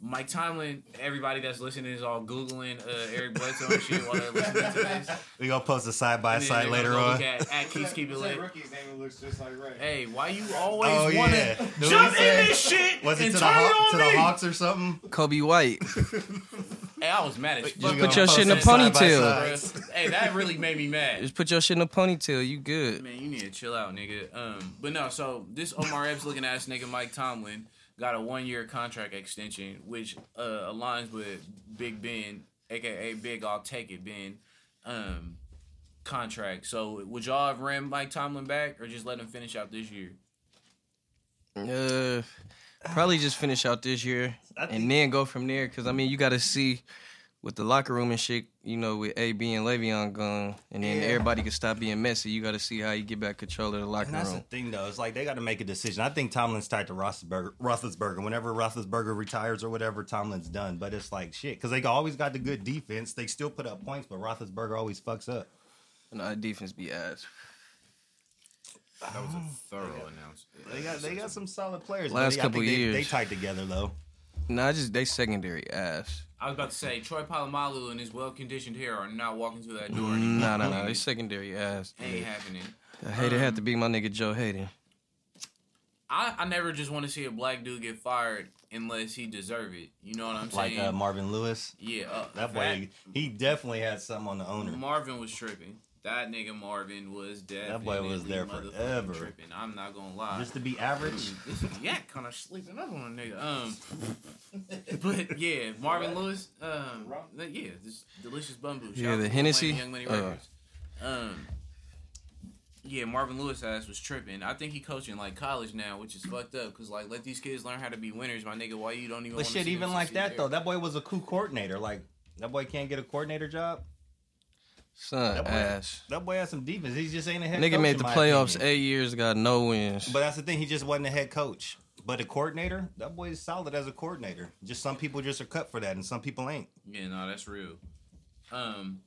A: Mike Tomlin, everybody that's listening is all googling uh, Eric Bledsoe and shit while they're listening to this.
E: we gonna post a side by
A: And then
E: side
A: they're
E: later
A: gonna go
E: on.
A: look At, at Keys Keep It Lit.
F: rookie's name looks just like Ray.
A: Hey, why you always
E: Oh
A: wanna
E: yeah, Who
A: jump
E: he
A: in
E: said?
A: this shit
E: Was it
A: and
E: to the,
A: turn it
E: Haw-
A: on
E: to
A: me?
E: the Hawks or something?
B: Kobe White.
A: Hey, I was mad as fuck.
E: You
A: when
E: gonna
A: I
B: your
E: post
B: shit in a
E: it side by
B: ponytail.
E: side?
A: bruh. Hey, that really made me mad.
B: Just put your shit in a ponytail. You good.
A: Man, you need to chill out, nigga. Um, but no, so this Omar Epps looking ass nigga Mike Tomlin got a one year contract extension, which uh, aligns with Big Ben, aka Big I'll take it Ben, um, contract. So would y'all have ran Mike Tomlin back or just let him finish out this year?
B: Uh, probably just finish out this year
E: I think-
B: and then go from there. Cause I mean, you got to see with the locker room and shit. You know, with AB and Le'Veon gone, and then everybody can stop being messy. You got to see how you get back control of the locker
E: And that's the
B: room.
E: thing, though. It's like they got to make a decision. I think Tomlin's tied to Roethlisberger. Roethlisberger. Whenever Roethlisberger retires or whatever, Tomlin's done. But it's like shit because they always got the good defense. They still put up points, but Roethlisberger always fucks up.
B: And our defense be ass.
A: That was a thorough announcement.
E: They got they got some solid players. but
B: Last
E: they- I
B: couple
E: think they,
B: years.
E: they tied together though.
B: Nah, just they secondary ass.
A: I was about to say Troy Polamalu and his well conditioned hair are not walking through that door anymore.
B: Nah, nah, nah. They secondary ass.
A: Ain't happening.
B: I hate it had
E: um,
B: to be my nigga Joe Hayden.
A: I, I never just want to see a black dude get fired unless he deserve it. You know what I'm
E: Like
A: saying?
E: uh, Marvin Lewis.
A: yeah, uh,
E: That boy, he definitely had some on the owner.
A: Marvin was tripping. That nigga Marvin was
E: That
A: definitely
E: boy was there
A: motherfucking
E: forever.
A: Tripping. I'm not gonna lie.
E: Just to be average.
A: this yak kind of sleeping up on a nigga. Um, but yeah, Marvin Lewis. Um, yeah, this delicious bamboo. Shout
B: Yeah,
A: out
B: the
A: to Lil
B: Hennessy.
A: Wayne and Young Money
B: Uh.
A: Records. Um, yeah, Marvin Lewis ass was tripping. I think he coaching like college now, which is fucked up. Cause like, let these kids learn how to be winners, my nigga. Why you don't even?
E: But
A: wanna
E: shit,
A: see them
E: even like
A: succeed
E: that
A: there?
E: though, that boy was a coup coordinator. Like that boy can't get a coordinator job.
B: Son
E: That boy-
B: ass.
E: That boy has some defense. He just ain't a head.
B: Nigga
E: coach,
B: made
E: in
B: the
E: my
B: playoffs
E: opinion.
B: eight years, got no wins.
E: But that's the thing. He just wasn't a head coach. But a coordinator, that boy is solid as a coordinator. Just some people just are cut for that, and some people ain't.
A: Yeah, no, that's real. Um,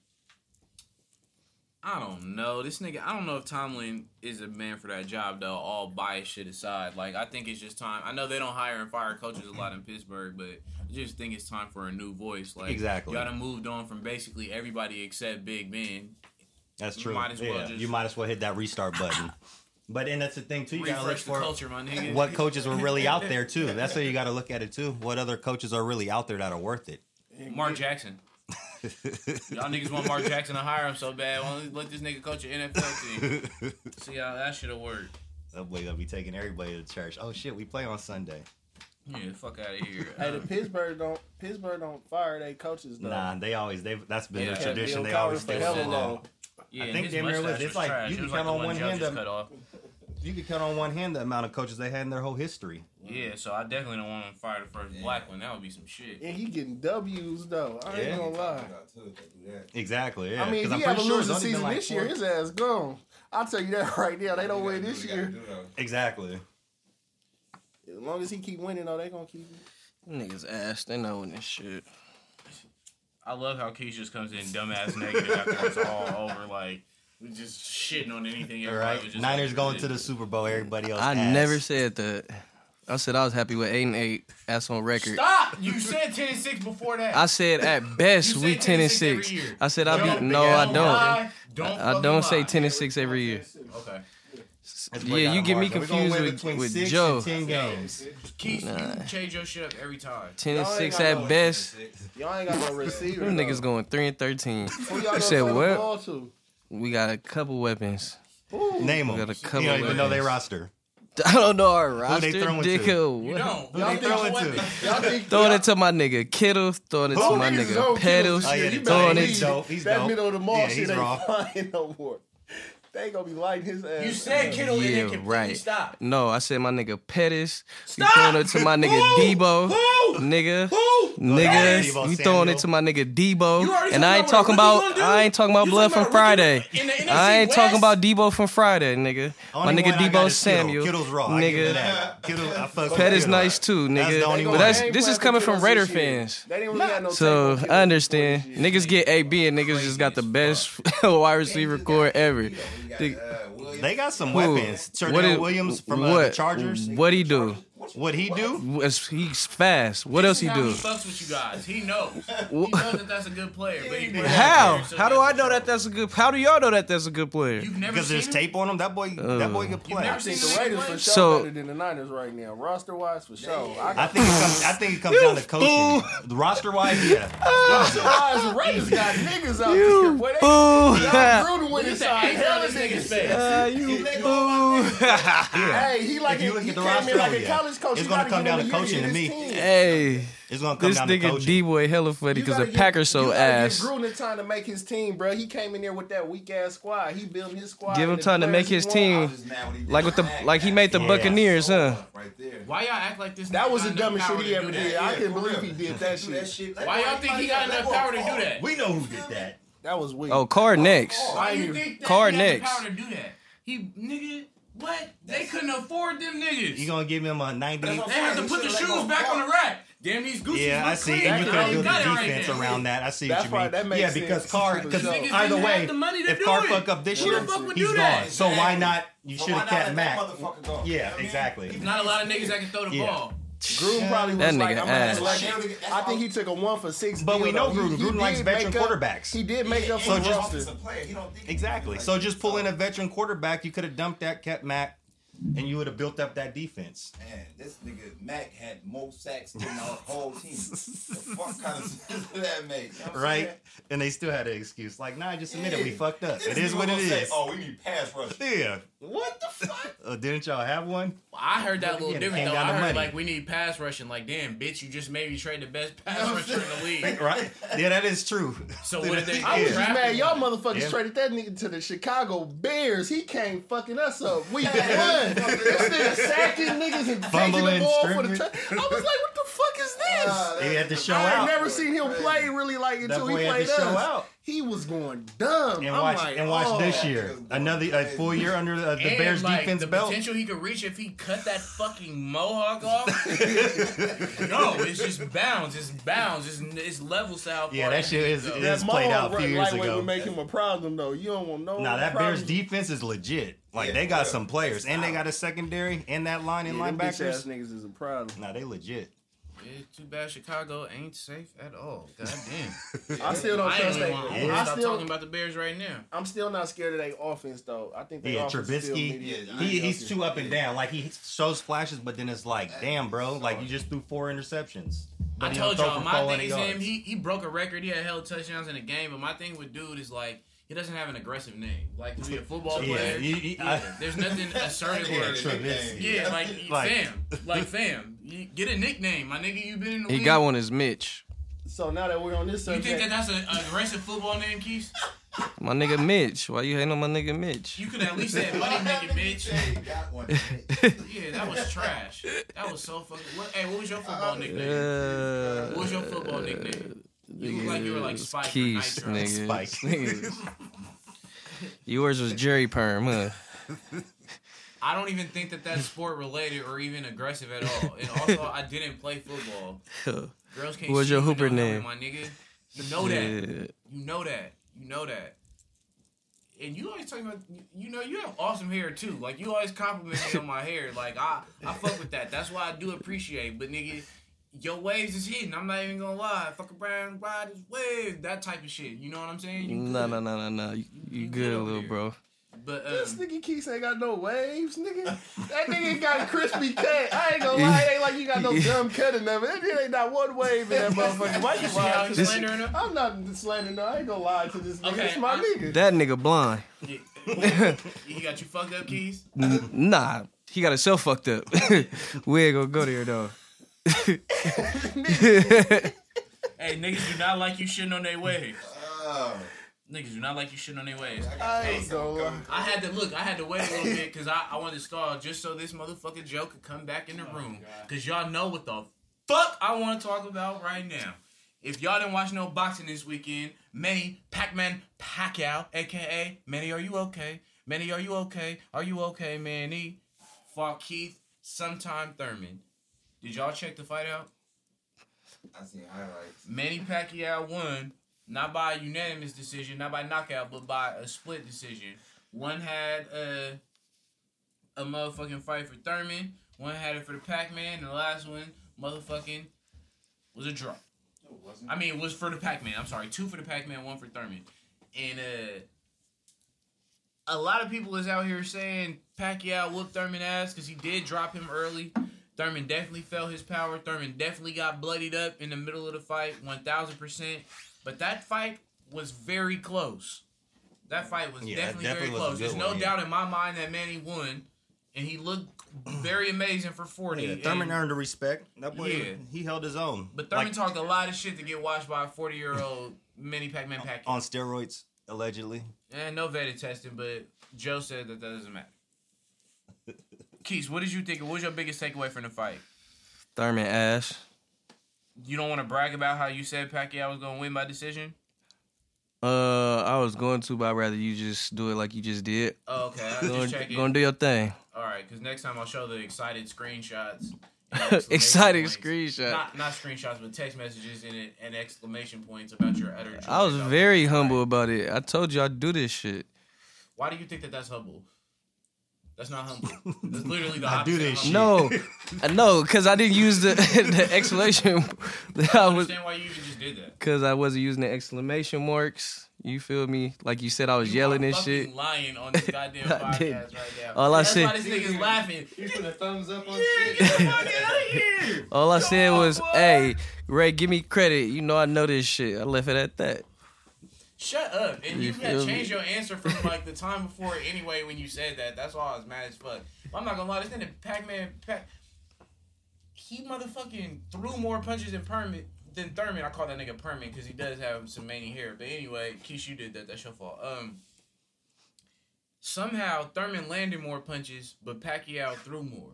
A: I don't know. This nigga, I don't know if Tomlin is a man for that job though. All bias shit aside, like I think it's just time. I know they don't hire and fire coaches a lot in Pittsburgh, but I just think it's time for a new voice. Like
E: Exactly.
A: y'all done moved on from basically everybody except Big Ben.
E: That's
A: You
E: true.
A: might as well
E: yeah,
A: just-
E: you might as well hit that restart button. but then that's the thing too. You gotta look
A: Refresh the
E: for
A: culture, my nigga.
E: what coaches were really out there too. That's how you gotta look at it too. What other coaches are really out there that are worth it?
A: Mark Jackson. Y'all niggas want Mark Jackson to hire him so bad. Well, let this nigga coach an NFL team. See how that shit'll work.
E: That boy gonna be taking everybody to church. Oh shit, we play on Sunday.
A: Yeah, fuck out of here.
C: Hey, the
A: Uh,
C: Pittsburgh don't Pittsburgh don't fire their coaches though.
E: Nah, they always they that's been
A: Yeah.
E: a
A: Yeah,
C: Bill
E: tradition. They always
C: Cowher
E: do
C: for hella
E: that.
C: long.
A: yeah,
E: I
A: and
E: think
A: his
E: damn near was-
A: mustache
E: it's like,
A: trash.
E: you
A: It
E: can
A: was like
E: count
A: the
E: on
A: one
E: one
A: Joe
E: hand
A: just
E: of-
A: cut off.
E: You could count on one hand the amount of coaches they had in their whole history.
A: Yeah, so I definitely don't want him to fire the first black one. That would be some shit.
C: And he getting W's though. I ain't
E: Yeah.
C: gonna lie.
E: Exactly. Yeah.
C: I mean,
E: 'Cause
C: if
E: I'm
C: he have a
E: pretty sure it's
C: losing
E: only been
C: season
E: like
C: this year,
E: four-
C: his ass gone. I'll tell you that right now. They don't win this year.
E: Exactly.
C: As long as he keep winning, though, they gonna keep.
B: Niggas ass, they know this shit.
A: I love how Keith just comes in dumbass negative after it's all over. Like, we just shitting on anything.
E: All
A: Everybody was
E: right.
A: just
E: Niners
A: like,
E: going
A: "Shit."
E: to the Super Bowl. Everybody else.
B: I
E: ass.
B: never said that. I said I was happy with eight and eight. That's on record.
A: Stop! You said 10 and 6 before that.
B: I said at best
A: You
B: we
A: say
B: ten and
A: 10 every
B: six.
A: year.
B: I said I
A: Don't-
B: be no, I don't.
A: lie. Don't
B: I
A: fucking
B: don't say
A: lie.
B: ten and six every year.
A: Okay.
E: That's where I
B: Yeah,
E: got
B: you
E: a
B: get me
E: margin. We gonna
B: confused
E: win
B: with,
E: between
B: with
E: six
B: Joe.
E: and ten games.
A: Keith, you change your shit up every time.
B: Ten and
C: Y'all ain't
B: six
C: got
B: at
C: no
B: best.
C: Y'all ain't got no receiver.
B: Them
C: though.
B: niggas going three and thirteen.
C: Who y'all gonna
B: said
C: throw the
B: what?
C: ball to?
B: We got a couple weapons.
C: Who?
E: Name
B: We
E: them.
B: got a
E: You
B: couple
E: don't even know
B: weapons.
E: their roster.
B: I don't know our roster.
E: they throwing to?
B: Dicko.
A: You
B: What?
A: don't.
E: Who they throwing to?
C: Y'all think
B: Throwing
C: y'all-
B: it to my nigga Kittle. Throwing it to
C: Who
B: my
C: niggas
B: nigga
C: don't kill
B: Pedals.
E: Oh, yeah,
C: you
E: they
B: throwing
C: better
B: it
E: He's
C: leave.
B: to.
E: dope. He's
C: that
E: dope.
C: middle of the
E: Yeah,
C: mall
E: he's
C: shit
E: raw.
C: ain't flying no more. They gonna be lighting his ass.
A: You said Kittle and
B: Yeah,
A: then completely
B: right.
A: stop.
B: No, I said my nigga Pettis. You
A: Stop!
B: throwing it to my nigga
A: Who?
B: Debo.
A: Who?
B: Nigga.
A: Who?
B: Nigga,
E: Debo
B: you
E: Samuel.
B: throwing it to my nigga
A: You
B: Debo,
A: already
B: and I ain't
A: talking
B: talking
A: about what
B: about
A: you gonna do.
B: I ain't talking about
A: You
B: blood
A: talking
B: from
A: about what you
B: Friday.
A: gonna- in the NFC
B: I ain't talking
A: West?
B: about Debo from Friday, nigga. My
E: Only
B: nigga
E: one I got
B: Debo
E: is Kittle.
B: Samuel,
E: Kittle's raw. I give him
B: nigga.
E: that. Kittle, I fuck with
B: Pet is
E: Kittle.
B: nice too,
E: That's the
B: nigga.
E: only
C: They
E: one.
C: gonna-
B: But that's
C: they ain't
B: this is
C: playing
B: coming
C: for
B: from
C: Kittle
B: Raider
C: this year.
B: fans.
C: They didn't really have no
B: So
C: tape on Kittle
B: I
C: this
B: understand.
C: year.
B: Niggas get AB and niggas just got the best wide receiver core ever. Dig-
D: uh,
E: They got some
B: Who?
E: weapons.
B: What
E: Terrell
B: it-
E: Williams from uh, the
B: what-
E: Chargers.
B: What he do?
E: What he do?
B: Was- He's fast. What else he
A: How
B: do?
A: He fucks with you guys. He knows. He knows
B: Wh-
A: that that's a good player. But he
B: How? How do I know that that's a good? How do y'all know that that's a good player?
A: You've never
E: Because
A: seen
E: there's
A: him?
E: tape on him. That boy, that boy can play.
A: never
C: I think
A: seen
C: the Raiders for sure
B: So-
C: better than the Niners right now, roster wise for sure.
E: I think it comes. I think it comes down to coaching. Roster wise, yeah.
C: roster wise, the Raiders got niggas out there. Boy, they, John
B: Boo!
C: Gruden went
A: Look
C: inside.
A: at
C: Hell,
A: this
C: this
A: nigga's
C: nigga's
A: face.
B: Uh, you boo!
C: Hey, he like
E: If you
C: he,
E: look
C: he
E: at the
C: came in
E: roster,
C: like a
E: yeah.
C: college coach.
E: It's
C: You gotta
E: gonna come
C: give him
E: down to
C: a year
E: coaching to
C: this
E: me.
C: team.
B: hey,
E: It's gonna come
B: this
E: down to
B: nigga
E: coaching.
B: D boy hella funny
C: You
B: because the
C: gotta give-
B: Packers
C: you
B: so
C: gotta
B: ass.
C: Give Gruden time to make his team, bro. He came in there with that weak ass squad. He built his squad.
B: Give him
C: and the
B: time to
C: players
B: make
C: he
B: his
C: want.
B: team like with the like he made the
E: Yeah.
B: Buccaneers, huh?
D: Right there.
A: Why y'all act like this?
C: That
A: nigga
C: was the
A: got enough
C: dumbest
A: power
C: shit he
A: to
C: ever
A: do that?
C: did. I
D: yeah,
C: couldn't
D: for
C: believe he
D: real.
C: did that
D: Do that
C: shit.
D: shit.
A: Why y'all think he got enough power to do that?
E: We know who did that.
C: That was weak.
B: Oh, Carr next.
A: Why you think that
B: Carr
A: he had the
B: next.
A: power to do that? He nigga, what? They couldn't afford them niggas.
E: You gonna give him a ninety?
A: They had to put the
D: They
A: shoes
D: gonna
A: back
D: walk.
A: on the rack. Damn these Gucci.
E: Yeah, I see. And you
C: That
E: can
C: guy
E: build a
C: got it right
E: defense
C: there.
E: around that. I see
C: That's
E: what you
C: why-
E: mean.
C: that makes
E: yeah, because
C: sense.
E: Carr.
C: For
E: Because
C: sure. Niggas
E: either
A: didn't
E: way,
A: have the money to
E: if
A: do
E: Carr
A: it.
E: fuck up this
A: Who the
E: year,
A: fuck would
E: he's
A: do that?
E: gone. So why not? You
D: Why
E: should have
D: not
E: kept
D: let
E: Mac.
D: that motherfucker go? You know
E: Yeah,
D: what I mean?
E: exactly.
A: Not a lot of niggas that can throw the
E: Yeah.
A: ball.
C: Gruden probably was
B: That
C: like,
B: nigga
C: I'm gonna
B: ass.
C: select him.
D: That's
C: I
D: all-
C: think he took a one for six.
E: But
C: deal,
E: we
C: though.
E: know
C: He-
E: Gruden.
C: he
E: Gruden
C: did
E: likes veteran
C: make up-
E: quarterbacks.
C: He did make up
D: So
C: for the
D: just
C: roster.
D: offensive player. He don't think
E: Exactly.
D: like
E: So
D: that.
E: just pull in a veteran quarterback. You could have dumped that, kept Mac, and you would have built up that defense.
D: Man, this nigga Mac had more sacks than our whole team. the fuck kind of sense does that make? You know what I'm
E: Right?
D: saying?
E: And they still had an excuse. Like, nah, just admit it. We
D: Yeah.
E: fucked up. It
D: This
E: is
D: nigga
E: what it
D: gonna say,
E: is.
D: Oh, we need pass rush.
E: Yeah.
D: What the fuck?
E: Uh, didn't y'all have one?
A: I heard that a little
E: Again, it
A: different
E: came
A: though.
E: down
A: I
E: to
A: heard
E: money.
A: like we need pass rushing. Like damn, bitch, you just made me trade the best pass rusher in the league.
E: Right? Yeah, that is true.
A: So what did they-
C: I was
E: Yeah.
C: just mad y'all
E: Yeah.
C: motherfuckers traded that nigga to the Chicago Bears. He came fucking us up. We won. this nigga sacking niggas and taking the
E: Fumbling,
C: ball for the
E: scrambling.
C: touch. I was like, what the fuck is this?
E: is. He had to show
C: I ain't
E: out.
C: never seen him play really like until he
E: boy had to
C: played
E: show
C: us.
E: out.
C: He was going dumb.
E: and
C: I'm
E: watch
C: like,
E: and watch
C: oh.
E: this year another a full year under uh, the
A: And,
E: Bears
A: like,
E: defense
A: the
E: belt.
A: potential he could reach if he cut that fucking mohawk off. no, it's just bounds. It's bounds. It's, it's levels to how far
E: Yeah, that shit is,
A: That
E: is
C: That
E: played
C: Mahomes
E: out a few
C: right-
E: years
C: lightweight would
E: ago.
C: make him a problem though. You don't want no.
E: Nah, that Bears
C: problem.
E: defense is legit. Like
D: Yeah,
E: they got
D: yeah.
E: some players, and they got a secondary, and that line and
C: Yeah, them bitch ass
E: linebackers.
C: niggas is a problem.
E: Nah, they legit.
A: It's too bad Chicago ain't safe at all. God damn.
C: I still don't
A: I ain't
C: trust
A: even
C: that.
A: want
E: Yeah.
A: to
C: I
A: stop
C: still,
A: talking about the Bears right now.
C: I'm still not scared of their offense though. I think they
E: Yeah,
C: offense still
E: Trubisky.
C: mediocre.
D: Yeah,
E: He, he's too up and down. Like he shows flashes, but then it's like, damn, bro, like you just threw four interceptions. But
A: I
E: he don't
A: told
E: throw
A: y'all,
E: for
A: my thing
E: 400
A: is him.
E: yards.
A: He, he broke a record. He had held touchdowns in a game. But my thing with dude is like, he doesn't have an aggressive name. Like, to be a football
E: Yeah,
A: player,
E: you- you-
A: yeah,
E: I-
A: there's nothing assertive
E: Yeah,
A: or
E: Trubisky.
A: Yeah, like,
E: Like-
A: fam, like fam, you get a nickname, my nigga. You've been in the
B: He
A: league.
B: got one as Mitch.
C: So now that we're on this
A: You
C: subject,
A: think that that's an aggressive football name, Keith?
B: My nigga Mitch. Why you hating on my nigga Mitch?
A: You could at least say money making bitch.
D: Got one.
A: Yeah, that was trash. That was so fucking. What, hey, what was your football nickname?
B: Uh,
A: What was your football nickname? You look like you were like
B: niggas,
A: Spike or
B: Keys,
A: Nitro.
B: niggas,
E: Spike.
B: niggas. Yours was Jerry Perm, huh?
A: I don't even think that that's sport related or even aggressive at all. And also, I didn't play football. Girls can't.
B: What was
A: shoot
B: your
A: without
B: Hooper
A: helmet,
B: name?
A: my nigga? You know that. You know that. You know that. And you always talk about you know you have awesome hair too. Like you always compliment me on my hair. Like I I fuck with that. That's why I do appreciate. But nigga, your waves is hidden. I'm not even gonna lie. Fuck around, ride his waves. That type of shit. You know what I'm saying? You
B: No,
A: good.
B: no, no, no, no. You, you good, little bro.
A: But um,
C: This nigga Keith ain't got no waves, nigga. That nigga got a crispy cut. I ain't gonna lie, it ain't like you got no dumb cut in there. That nigga ain't not one wave in that motherfucker. Why
A: you
C: you
A: see how
C: lying?
A: he's
C: to-
B: This-
A: slandering him?
C: I'm not slandering. No, I ain't gonna lie to this nigga.
A: Okay,
C: it's my
A: I'm-
C: nigga.
B: That nigga blind.
A: Yeah. he got you fucked up, keys.
B: N- nah, he got himself fucked up. we ain't gonna go there though.
A: Hey, niggas do not like you shitting on their waves.
D: Oh,
A: Niggas do not like you shitting on their waves.
C: I ain't gonna lie.
A: I had to look. I had to wait a little bit because I, I wanted to stall just so this motherfucking joke could come back in the room. Because y'all know what the fuck I want to talk about right now. If y'all didn't watch no boxing this weekend, Manny Pac-Man Pacquiao, aka Manny, are you okay? Manny, are you okay? Are you okay, Manny? Fought Keith sometime Thurman. Did y'all check the fight out?
D: I seen highlights.
A: Manny Pacquiao won, not by a unanimous decision, not by knockout, but by a split decision. One had uh, a motherfucking fight for Thurman, one had it for the Pac Man, and the last one, motherfucking, was a draw.
D: No, it wasn't.
A: I mean, it was for the Pac Man. I'm sorry, two for the Pac Man, one for Thurman. And uh, a lot of people is out here saying Pacquiao whooped Thurman ass because he did drop him early. Thurman definitely felt his power. Thurman definitely got bloodied up in the middle of the fight, one thousand percent. But that fight was very close. That fight was
E: Yeah, that
A: definitely,
E: definitely
A: very
E: was
A: close.
E: a good
A: There's no
E: one, yeah.
A: doubt in my mind that Manny won, and he looked very amazing for forty.
E: Yeah, Thurman
A: and-
E: earned the respect. That boy,
A: Yeah.
E: he held his own.
A: but Thurman
E: Like,
A: talked a lot of shit to get watched by a 40 year old mini Pac Man Pacquiao.
E: on steroids, allegedly.
A: And no vetted testing, but Joe said that that doesn't matter. Keith, what did you think? What was your biggest takeaway from the fight?
B: Thurman ass.
A: You don't want to brag about how you said Pacquiao was going to win by decision?
B: Uh, I was going to, but I'd rather you just do it like you just did.
A: Oh, okay. I was
B: Gonna,
A: just checking.
B: gonna do your thing.
A: All right, because next time I'll show the excited screenshots.
B: Exciting
A: screenshots.
B: screenshot.
A: Not, not screenshots, but text messages and, it- and exclamation points about your utter. joy
B: I was
A: about
B: very
A: this fight.
B: humble about it. I told you I'd do this shit.
A: Why do you think that that's humble? That's not humble. That's literally the
E: I do
A: opposite.
E: this
A: of
E: shit.
A: humble.
B: No, I- no, because I didn't use the the exclamation. that
A: I
B: I was
A: understand why you even just did that.
B: because I wasn't using the exclamation marks. You feel me? Like you said, I was
A: You
B: yelling
A: are
B: and
A: fucking
B: shit.
A: Lying on this goddamn
B: I
A: podcast right
B: didn't.
A: now.
B: All I
A: That's
B: said-
A: why this nigga's laughing.
C: You put a thumbs up on
A: Yeah, get the fuck out of here.
B: All I said
A: Yo,
B: was,
A: boy.
B: "Hey, Ray, give me credit. You know I know this shit." I left it at that.
A: Shut up. And
B: You
A: you
B: feel
A: had
B: me?
A: changed your answer from like the time before anyway when you said that. That's why I was mad as fuck. I'm not gonna lie, this nigga Pac-Man Pac he motherfucking threw more punches than Permit than Thurman. I call that nigga Permit because he does have some many hair. But anyway, Keith, you did that. That's your fault. Um somehow Thurman landed more punches, but Pacquiao threw more.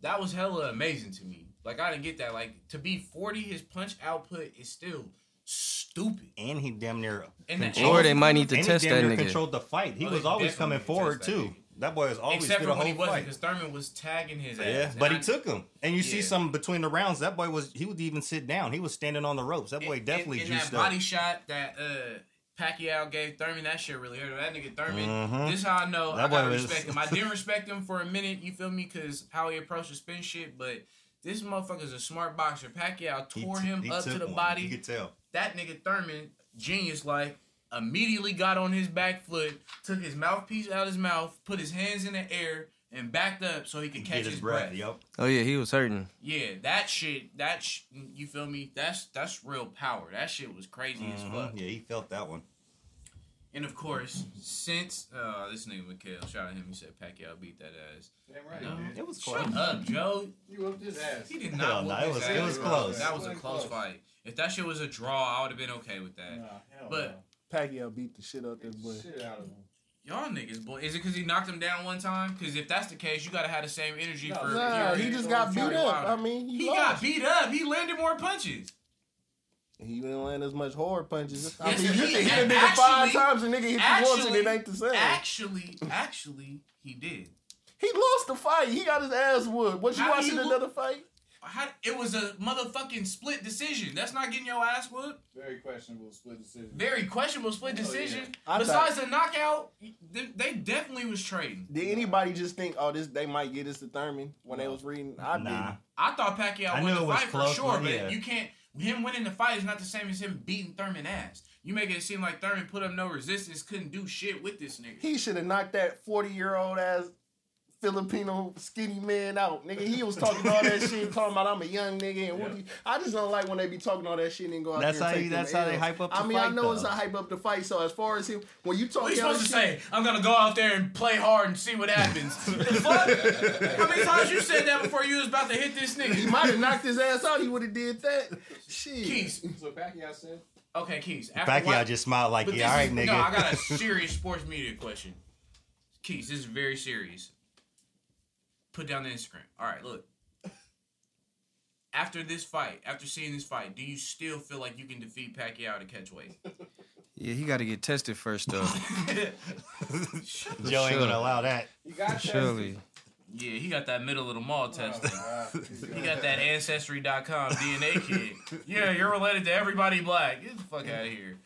A: That was hella amazing to me. Like I didn't get that. Like to be forty, his punch output is still stupid.
E: And he damn near
A: And that-
E: controlled-
B: Or they might need to
E: and he
B: test
E: damn
B: that
E: near
B: nigga.
E: controlled the fight. He
A: Well,
E: was
A: they
E: always
A: definitely
E: coming
A: need to
E: forward
A: test that
E: too. That boy is always
A: Except
E: through
A: for
E: the
A: when he
E: whole
A: wasn't,
E: fight.
A: because Thurman was tagging his ass.
E: Yeah,
A: And
E: but
A: I-
E: he took him, and you see
A: Yeah.
E: some between the rounds. That boy was he would even sit down. He was standing on the ropes. That boy
A: and-
E: definitely
A: and,
E: juiced
A: that
E: up.
A: body shot that uh, Pacquiao gave Thurman. That shit really hurt. That nigga Thurman.
E: Mhm.
A: This how I know
E: That
A: I gotta
E: boy was-
A: respect him. I didn't respect him for a minute. You feel me? Because how he approached the spin shit, but. This motherfucker's a smart boxer. Pacquiao
E: He
A: tore
E: t-
A: him
E: he
A: up to
E: took
A: the
E: one.
A: body.
E: You could tell.
A: that nigga Thurman, genius like, immediately got on his back foot, took his mouthpiece out his mouth, put his hands in the air, and backed up so he could
E: Get
A: catch
E: his,
A: his
E: breath.
A: breath.
E: Yup.
B: Oh yeah, he was hurting.
A: Yeah, that shit. That sh- you feel me? That's that's real power. That shit was crazy as
E: Mhm.
A: fuck.
E: Yeah, he felt that one.
A: And of course, since uh, this nigga Mikhail, shout out him. He said Pacquiao beat that ass.
F: Damn right,
A: No.
F: dude.
E: It was close.
A: Shut up, Joe.
F: You up this ass.
A: He did
E: Hell
A: not.
E: no,
A: whoop
E: it
A: his
E: was-
A: ass.
E: it was close.
A: That was a
F: It was
A: close
F: close.
A: fight. If that shit was a draw, I would have been okay with that.
F: Nah, hell
A: But-
C: Pacquiao beat the shit out
F: no.
C: this boy.
F: Get the shit out of him.
A: Y'all niggas, boy. Is it because he knocked him down one time? Because if that's the case, you gotta have the same energy
F: No,
A: for.
C: Nah,
A: Fury.
C: he just
F: Fury
C: got beat
A: Fury
C: up. I
A: Wilder.
C: mean, he,
A: he got
C: lost.
A: beat up. He landed more punches.
C: He didn't land as much hard punches. I
A: Yes,
C: mean, you
A: he-
C: can hit a
A: and
C: nigga five
A: actually-
C: times, a nigga hit you once, and it
A: actually-
C: ain't the same.
A: Actually, actually, he did.
C: he lost the fight. He got his ass whooped. Was you
A: How do
C: watching
A: you look-
C: another fight?
A: How, it was a motherfucking split decision. That's not getting your ass whooped.
F: Very questionable split decision.
A: Very questionable split
F: Oh, yeah.
A: decision.
C: I
A: Besides the knockout, they, they definitely was trading.
C: Did anybody just think, oh, this they might get us to Thurman when they was reading? I
E: Nah.
A: I thought Pacquiao
E: I
A: won
E: knew
A: the
E: it was
A: fight
E: close,
A: for sure,
E: but
A: but
E: yeah.
A: you can't. Him winning the fight is not the same as him beating Thurman ass. You making it seem like Thurman put up no resistance, couldn't do shit with this nigga.
C: didn't. He should have knocked that forty year old ass Filipino skinny man out, nigga. He was talking all that shit, talking about I'm a young nigga and what.
E: Yeah.
C: do you- I just don't like when they be talking all that shit and go out
E: That's
C: there.
E: how
C: and
E: you-
C: take them
E: that's how they
C: L's.
E: hype up the
C: I mean, I
E: fight,
C: know it's
E: though.
C: a hype up the fight. So as far as him, when you talk,
A: What are you
C: all
A: supposed to
C: that shit-
A: say? I'm gonna go out there and play hard and see what happens. The fuck? How many times you said that before you was about to hit this
C: He
A: nigga?
C: might have knocked his ass out. He would have did that. Shit.
A: Keys.
F: So Pacquiao said,
A: Okay, Keys. After
E: Pacquiao
A: what-
E: just smiled like,
A: But
E: "Yeah, all
A: this
E: right,
A: is,
E: nigga."
A: No, I got a serious sports media question. Keys, this is very serious. Put down the Instagram. All right, look. After this fight, after seeing this fight, do you still feel like you can defeat Pacquiao to catch weight?
B: Yeah, he got to get tested first though.
A: Shut the-
E: Joe ain't
B: Sure.
E: gonna allow that.
F: "You got
B: Surely.
A: yeah, he got that middle of the mall test.
F: tested.
A: You got that ancestry.com DNA kid. Yeah, you're related to everybody black. Get the fuck out of here.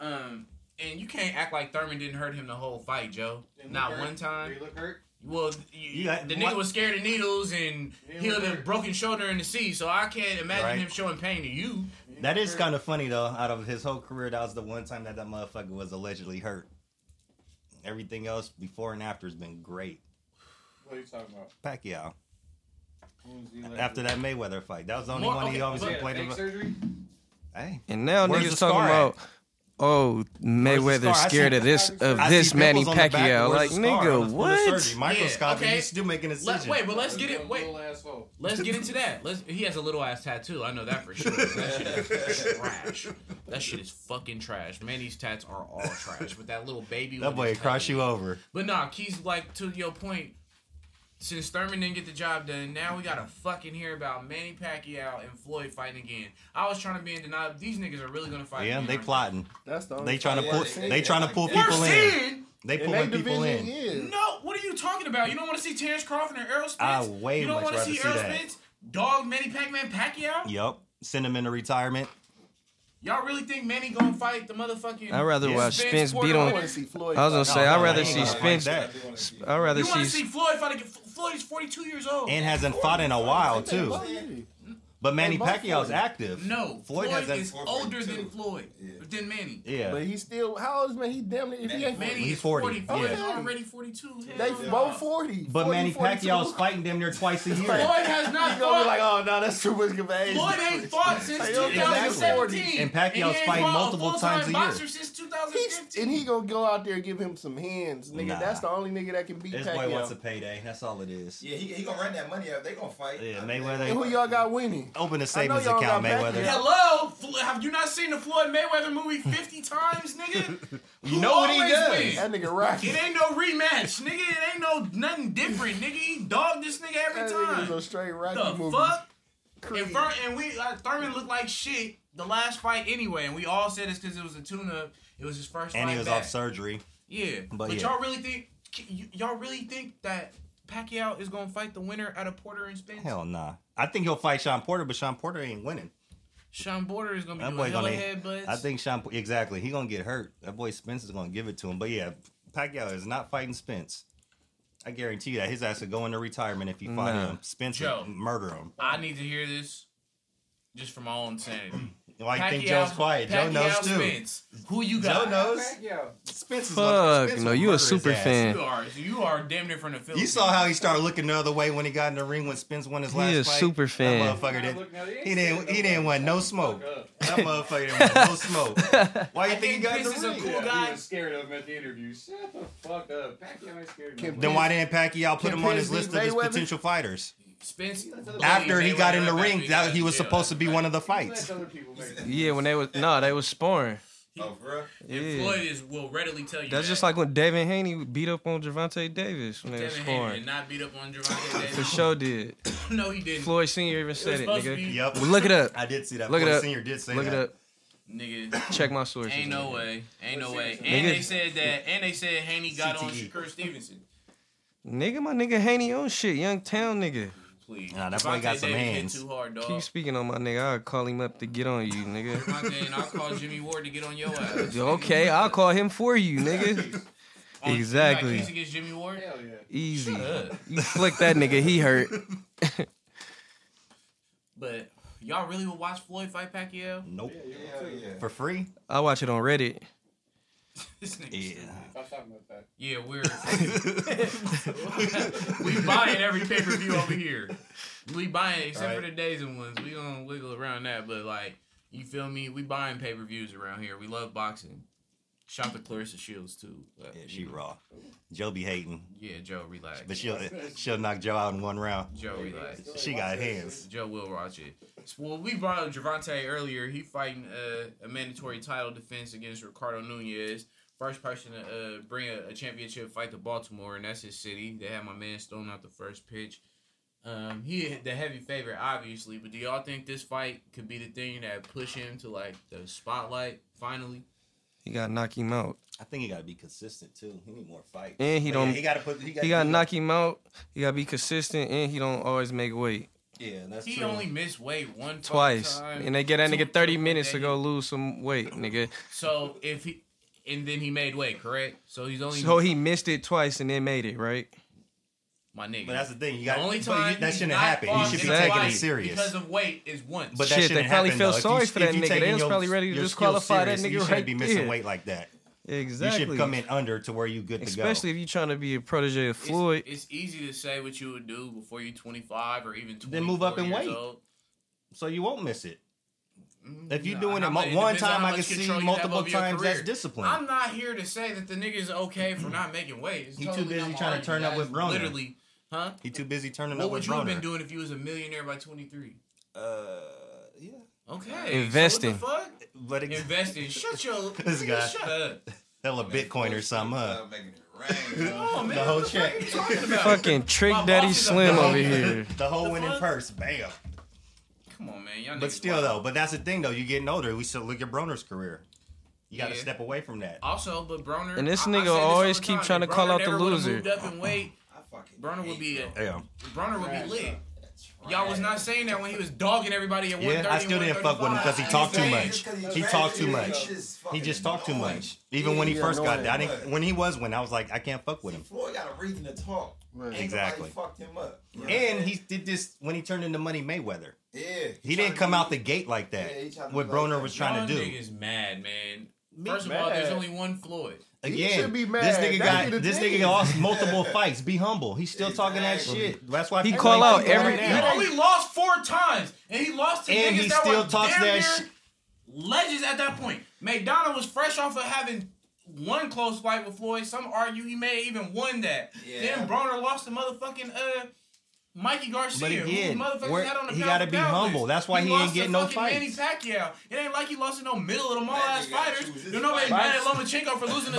A: Um, and you can't act like Thurman didn't hurt him the whole fight, Joe.
F: Didn't
A: Not
F: look hurt.
A: one time.
F: Did he look hurt?
A: Well, you,
E: You got-
A: the
E: what?
A: nigga was scared of needles and
F: Yeah,
A: he had
F: we're-
A: a broken shoulder in the sea, so I can't imagine
E: Right.
A: him showing pain to you.
E: That is kind of funny though. Out of his whole career, that was the one time that that motherfucker was allegedly hurt. Everything else before and after has been great.
F: What are you talking about?
E: Pacquiao
F: Wounds he left
E: after that Mayweather fight, that was the only
A: More-
E: one
A: okay,
E: he always
F: with? Yeah,
E: played.
F: fake
E: about-
F: surgery.
E: Hey,
B: And now
E: Where's the
B: niggas talking
E: scar
B: about,
E: at?
B: oh,
E: scar?
B: Mayweather
E: I
B: scared
E: see-
B: of this of
E: I see
B: this Manny
E: pimples on the back,
B: Pacquiao. Like
E: where's the scar on
B: nigga,
E: the- on the
B: what?
E: surgery? Microscopic,
A: okay.
E: he's still making a
A: Let,
E: decision.
A: wait, but let's get it. Wait,
F: Little asshole.
A: let's get into that. Let's. He has a little ass tattoo. I know that for sure. That shit is trash. That shit is fucking trash. Man, these tats are all trash. But that little baby.
E: that boy cross you over.
A: But nah, Keys, like to your point, since Thurman didn't get the job done, now we gotta fucking hear about Manny Pacquiao and Floyd fighting again. I was trying to be in denial. These niggas are really gonna fight.
E: Yeah,
A: again,
E: they
A: aren't
E: plotting.
C: That's the only
E: They trying to
D: yeah,
E: pull.
D: they-
E: They trying to pull
D: they-
A: We're
E: people in.
A: seeing.
E: They
C: And that
E: pulling people
C: division,
E: in.
C: yeah.
A: No, what are you talking about? You don't want to see Terrence Crawford and Errol Spence.
E: I way
A: you don't
E: much
A: wanna
E: rather
A: see
E: see
A: Errol
E: that.
A: Spence, dog Manny Pac-Man Pacquiao.
E: Yup. Send him into retirement.
A: Y'all really think Manny gonna fight the motherfucking?
B: I'd rather
E: Yeah.
B: watch
A: Spence
B: Spence beat
A: Porter
C: I
B: on.
C: want to see Floyd.
B: I was gonna
C: fight.
B: say
E: No,
B: I'd
E: no,
B: rather
E: ain't
B: see
E: gonna
B: Spence.
E: like that.
B: I'd rather
A: you want to
B: see.
A: see Floyd fight again? F- Floyd is forty-two years old.
E: and hasn't fought in a while too.
C: Oh, yeah.
E: But Manny
C: both
E: Pacquiao's
C: Floyd.
E: active.
A: no, Floyd,
E: Floyd hasn't-
A: is
D: Floyd
A: older
D: too.
A: than Floyd
D: Yeah.
A: than Manny.
C: But
E: Yeah,
C: he still, how old is man? He damn near, if he ain't
A: Manny
D: Manny
E: He's
A: is
E: 40,
A: 40. Floyd
E: yeah.
A: is already 42. Hell
C: they
A: no.
C: both 40.
E: but
C: 40,
E: Manny
C: 42.
E: Pacquiao's fighting them near twice a
A: Floyd
E: year.
A: has
C: You
A: not
C: gonna be
A: fought.
C: like, oh, no, that's too much of an age.
A: Floyd ain't fought since
C: Like, okay, that's
A: 2017.
E: And Pacquiao's
A: he ain't
E: fighting
A: fought a
E: multiple times a
A: full-time
E: year.
A: boxer since
C: He's-
A: 2015.
C: and he gonna go out there and give him some hands, nigga.
E: Nah.
C: That's the only nigga that can beat
E: This boy wants a
C: Pacquiao.
E: payday. That's all it is.
D: Yeah, he, he gonna run that money up. They gonna fight.
E: Yeah,
D: I mean,
E: Mayweather-
D: they-
C: And who y'all got winning?
E: Open
C: I
E: a
C: know
E: savings
C: y'all
E: account,
C: got Pacquiao.
E: Mayweather.
A: Hello, Flo- have you not seen the Floyd Mayweather movie 50 times, nigga?
E: You know what he
A: Always
E: does.
A: wins.
C: That nigga Rocky.
A: It ain't no rematch, nigga. It ain't no nothing different, nigga. He dogged this nigga every
C: That nigga is
A: time.
C: a straight Rocky
A: The
C: movie.
A: fuck? And, Ver- and we like, Thurman looked like shit the last fight anyway, and we all said it's because it was a tune-up. It was his first
E: And
A: fight
E: he was
A: back.
E: off surgery.
A: Yeah,
E: But
A: but,
E: yeah.
A: y'all really think y- y'all really think that Pacquiao is gonna fight the winner out of Porter and Spence?
E: Hell nah. I think he'll fight Sean Porter, but Sean Porter ain't winning.
A: Sean Porter is gonna
E: That
A: be
E: boy
A: doing hella
E: gonna-
A: headbutts.
E: I think Sean exactly. He gonna get hurt. That boy Spence is gonna give it to him. But yeah, Pacquiao is not fighting Spence. I guarantee you that his ass would go into retirement if he fought
B: Nah.
E: him. Spence
A: Joe.
E: would murder him.
A: I need to hear this just for my own sanity.
E: Like think Joe's quiet. Joe
A: Pacquiao
E: knows too.
A: Spence. Who you got?
E: Joe knows.
F: Pacquiao.
E: Spence is gonna,
B: Fuck,
E: Spence
B: no,
E: would
B: you
E: murder
B: a
E: his
B: super
E: ass.
B: fan.
A: You are you are damn near from the Philippines.
E: You saw how he started looking the other way when he got in the ring when Spence won his
B: He
E: last
B: a
E: fight.
B: super fan.
E: That motherfucker
F: Now
E: did.
F: look, now they ain't
E: He didn't.
F: saying
E: He didn't want no smoke.
F: Fuck up.
E: That motherfucker didn't want no smoke. Why you
A: I
E: think he
A: think
E: got in
A: Vince is a
E: the
A: cool
E: ring?
F: Yeah,
A: guy.
F: He was scared of him at the interview. Shut the fuck up. Pacquiao ain't scared of
C: Kim-
F: him.
E: Then why didn't Pacquiao put
C: Can
E: him on his
C: Prince
E: list
C: beat
E: of his
C: Mayweather?
E: potential fighters?
A: Spence
E: After he
A: Mayweather
E: got in the
A: after
E: ring, that he was
A: jailed.
E: supposed to be one of the fights.
F: other people make it.
B: Yeah, when they was no, they was sparring.
D: Oh, for real?
A: And
B: Yeah,
A: Floyd is will readily tell you
B: that's
A: that.
B: just like when David Haney beat up on Javante Davis when they was
A: Devin Haney did
B: sparring.
A: not beat up on Javante
B: For
A: Davis.
B: sure did.
A: no, he didn't.
B: Floyd Senior even said it,
A: supposed to
B: nigga.
A: be-
E: Yep.
B: Well, look it up.
E: I did see that.
B: Look it
E: Floyd
B: up.
E: Senior did say
B: Look it
E: that.
B: up.
A: Nigga.
B: Check my sources.
A: Ain't no
B: nigga.
A: way. Ain't no way.
B: Nigga-
A: And they said that. And they said Haney got on
E: CTE.
A: Shakur Stevenson.
B: Nigga, my nigga Haney on shit. Young town nigga.
A: Please.
E: Nah, that boy got
A: Devontae
E: some
A: Davis hit
E: hands.
A: Too hard,
B: Keep
A: dog.
B: speaking on my nigga. I'll call him up to get on you, nigga.
A: Devontae, and I'll call Jimmy Ward to get on your ass.
B: okay, I'll call him for you, nigga.
A: On- you got
B: exactly.
A: case against Jimmy Ward.
F: Hell yeah.
B: Easy.
A: Shut up.
B: You flick that nigga, he hurt.
A: But y'all really would watch Floyd fight Pacquiao?
E: Nope.
F: Yeah, you
D: Hell
F: were too.
D: yeah.
E: For free?
B: I watch it on Reddit.
A: This nigga.
E: Yeah.
F: Stop talking about that.
A: Yeah, we're we buying every pay per view over here. We buying except for the days and ones. We gonna wiggle around that, but like you feel me? We buying pay per views around here. We love boxing. Shout to Clarissa Shields too. But,
E: Yeah, she raw. Joe be hating,
A: yeah, Joe, relax.
E: but she'll she'll knock Joe out in one round.
A: Joe, relax.
E: She got hands.
A: Joe will watch it. Well, we brought up Javante earlier. He fighting uh, a mandatory title defense against Ricardo Nunez. First person to uh, bring a, a championship fight to Baltimore, and that's his city. They had my man Stone out the first pitch. Um, he hit the heavy favorite, obviously, but do y'all think this fight could be the thing that push him to like the spotlight finally?
B: You gotta knock him out.
E: I think he got to be consistent too. He need more fights.
B: And he
E: But yeah,
B: don't-
E: he got to put. He got
B: He gotta knock him out. You gotta be consistent and he don't always make weight.
E: Yeah, that's
A: He
E: true.
A: only missed weight one fucking
B: Twice.
A: time.
B: And they get that
A: Two-
B: nigga 30
A: two-
B: minutes to
A: and
B: go lose some weight, nigga.
A: he- So if he and then he made weight, correct? So he's only
B: So he missed it twice and then made it, right?
A: my nigga.
E: But that's the thing. You
A: The
E: got
A: only time
E: that
A: he's
E: shouldn't
A: not
E: happen. You
A: fought
E: should be
A: in a
E: taking it
A: fight
E: serious.
A: because of weight is once.
E: But that
B: Shit, they
E: shouldn't
B: probably
E: happen,
B: feel
E: though. If
B: sorry
E: you-
B: for
E: if
B: that
E: you
B: nigga. They
E: taking
B: was
E: your-
B: probably ready to
E: your
B: disqualify
E: skills
B: that nigga
E: serious, You
B: right
E: shouldn't be missing
B: there.
E: weight like that. You
B: Exactly.
E: should come in under to where you good to
B: Especially
E: go.
B: if you're trying to be a protege of
A: It's-
B: Floyd.
A: It's, easy to say what you would do before you're 25 or even 24
E: Then move up in
A: years
E: weight.
A: old.
E: So you won't miss it.
A: Mm,
E: If you're
A: nah,
E: doing
A: how
E: it mo-
A: much-
E: one
A: depends on
E: time,
A: how
E: I
A: much
E: can see
A: control you have
E: multiple
A: over your
E: times. That's
A: career.
E: discipline.
A: I'm not here to say that the nigga's okay for not making weight. It's
E: He too
A: totally
E: busy
A: not my
E: trying to
A: argument.
E: turn up
A: That
E: with
A: is
E: Broner.
A: Literally, huh?
E: he too busy turning
A: What
E: up
A: would
E: with
A: you have been
E: Broner.
A: doing if you was a millionaire by 23?
E: Uh, yeah.
A: Okay.
B: Investing.
A: So what the fuck?
E: But it,
A: Investing. Shut your.
E: This
A: nigga,
E: guy.
A: Shut up.
E: hella Bitcoin or something, huh?
D: Making it rain.
A: Come on, man.
E: The whole
A: What fuck
E: check.
A: you talking about?
B: Fucking trick
A: My
B: daddy
A: boss is a
B: slim
A: dog.
B: over here.
E: The whole
A: The
E: winning
A: fuck?
E: purse, bam.
A: Come on, man. Y'all
E: But
A: niggas
E: still,
A: wild.
E: though, but that's the thing, though. You're getting older. We still look at Broner's career. You got to
A: Yeah.
E: step away from that.
A: Also, but Broner
B: And this
A: I- I
B: nigga
A: said all
B: always
A: the
B: keep
A: time,
B: trying to
A: if
B: call
A: Broner
B: out the
A: never would've
B: loser.
A: Moved up in weight,
D: I fucking
A: Broner would be a,
E: Damn.
A: Broner would
F: Trash
A: be lit.
D: a.
A: Y'all was not saying that when he was dogging everybody at
E: Yeah,
A: 130.
E: I still didn't fuck with him because he talked too much. He talked too much. He just talked too much. Even when he
C: Yeah,
E: first got there, I
D: annoying.
E: didn't. When he was winning, I was like, I can't fuck with him.
D: Floyd got a reason to talk.
C: Right.
D: Ain't
E: Exactly.
D: nobody fucked him up. You know what I'm
E: And
D: saying?
E: he did this when he turned into Money Mayweather.
D: yeah,
E: He didn't come out the gate like that.
D: Yeah, he tried to
E: What
D: do like
E: Broner
D: that.
E: was trying to do.
A: niggas mad, man. First of all,
C: mad.
A: there's only one Floyd.
C: You
E: Again,
C: should be mad.
E: this nigga
C: That be
E: got
C: the
E: this
C: thing.
E: nigga lost multiple fights. Be humble. He's still talking that
D: Exactly.
E: shit. That's why
B: He
E: people
B: call
E: ain't
B: out
E: fucking
B: every-
E: with him
A: He
E: now.
A: only lost four times, and he lost to
E: And
A: niggas
E: he
A: that
E: still
A: were
E: talks
A: damn
E: that
A: near
E: sh-
A: legends at that point. McDonald was fresh off of having one close fight with Floyd. Some argue he may have even won that.
D: Yeah.
A: Then Broner lost to motherfucking uh Mikey Garcia.
E: But again,
A: who motherfuckers
E: we're-
A: had on the
E: he
A: pound
E: gotta
A: for
E: be
A: pound
E: humble.
A: list.
E: That's why he
A: lost
E: ain't
A: to
E: getting no
A: fucking Manny
E: fights.
A: Pacquiao. It ain't like he lost to no middle of the mall
D: That
A: ass
D: nigga gotta
A: fighters.
D: choose his
A: Then nobody
D: fight.
A: mad at Lomachenko for losing to Salido.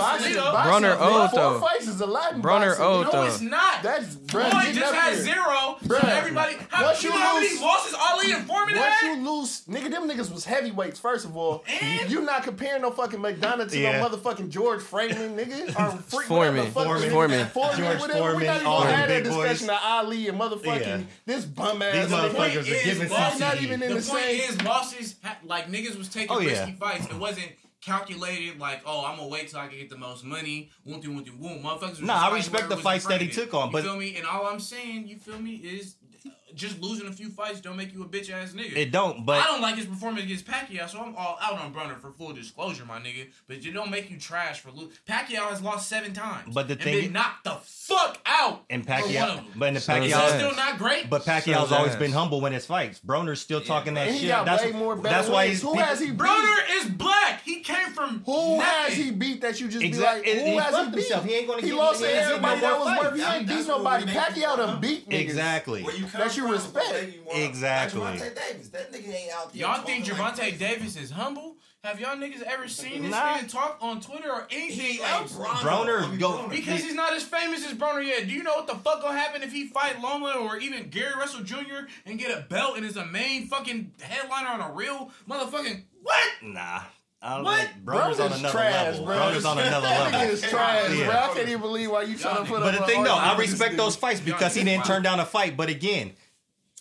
C: Boston-
B: Brunner
C: Boston-
B: old,
C: Four
B: though.
C: fights is a lot. in
B: Brunner
C: boxing.
B: old,
C: You know
A: No,
B: though.
C: it's-
A: it's not.
C: That's Brunner.
A: Boy just had zero.
C: Bruh.
A: So everybody, how,
C: Once
A: you
C: you
A: know how many
C: lose-
A: losses Ali and Foreman
C: Once
A: had?
C: you lose, nigga, them niggas was heavyweights. First of all,
A: And-
C: you not comparing no fucking McDonough to
E: Yeah.
C: no motherfucking George Franklin, nigga, or freak
B: Foreman.
C: Foreman,
E: Foreman.
C: Foreman,
B: Foreman.
E: George
C: whatever. we not even
E: Foreman,
C: gonna have that
E: Foreman, big boys.
C: discussion of Ali and motherfucking
E: Yeah.
C: this bum ass.
E: These
A: point
E: motherfuckers
A: is,
E: are giving
A: why
E: CTE.
C: not even in-
A: The
C: the
A: point
C: same-
A: is, losses ha- like niggas was taking
E: Oh, yeah.
A: risky fights. It wasn't calculated like, oh, I'm gonna wait till I can get the most money. Woom, doo, woom, doo, woom. Motherfuckers. was
E: Nah,
A: just
E: I
A: fighting
E: respect
A: where it
E: the
A: was
E: fights that he
A: inflated.
E: took on,
A: You
E: but-
A: feel me? And all I'm saying, you feel me, is uh, just losing a few fights don't make you a bitch ass nigga.
E: It don't,
A: I
E: but
A: don't like his performance against Pacquiao, so I'm all out on Brunner for full disclosure, my nigga. But it don't make you trash for losing. Pacquiao has lost seven times,
E: But the
A: and
E: thing
A: been
E: is-
A: knocked the fuck out.
E: and
A: for one
E: Pacquiao,
A: of them.
E: but in the
B: So
A: Is that
B: Yes.
E: Pacquiao,
A: still not great?
E: but Pacquiao's
B: So
E: always
B: that-
E: been humble in his fights. Broner's still talking that
C: And he
E: shit.
C: got
E: That's
C: way more better
E: that's why
C: wins.
E: he's
C: Who
E: people-
C: has he beat?
A: Broner is black. He came from
C: Who has
A: nothing.
C: he beat that you just
E: Exact-
C: be like?
E: and
C: Who
E: he
C: has he
E: fucked
C: beat?
E: himself. He ain't gonna get-
C: lost
E: he
C: to
E: ain't getting
C: everybody
E: no
C: that
E: more
C: was
E: fights.
C: worth. He
D: That-
C: ain't beat
D: that's what
C: nobody.
D: would make you
C: Pacquiao done
D: come.
C: beat niggas.
E: Exactly.
D: Where you come
C: That you
D: from,
C: respect.
D: where you want-
E: Exactly.
D: Like Gervonta Davis, that nigga ain't out there.
A: Y'all think
D: talking like
A: Javante
D: this.
A: Davis is humble? Have y'all niggas ever seen this
E: Nah.
A: nigga talk on Twitter or anything
D: He like
A: else?
D: Bronner.
E: Broner
D: I mean,
E: go-
D: Broner.
A: Because he's not as famous as Broner yet. Do you know what the fuck gonna happen if he fight Loma or even Gary Russell Jr. and get a belt and is a main fucking headliner on a real motherfucking what?
E: Nah. I don't
A: What?
E: think- Broner's on
C: Broner's
E: another
C: trash,
E: level.
C: bro.
E: Broner's on another
C: That nigga
E: level.
C: is trash,
E: Yeah.
C: bro. I can't even believe why you trying to put up.
E: But the
C: an
E: thing, though, I
C: argument with oh, this
E: respect
C: dude.
E: those fights because he
A: Giannis,
E: didn't
A: wow.
E: turn down a fight. But again,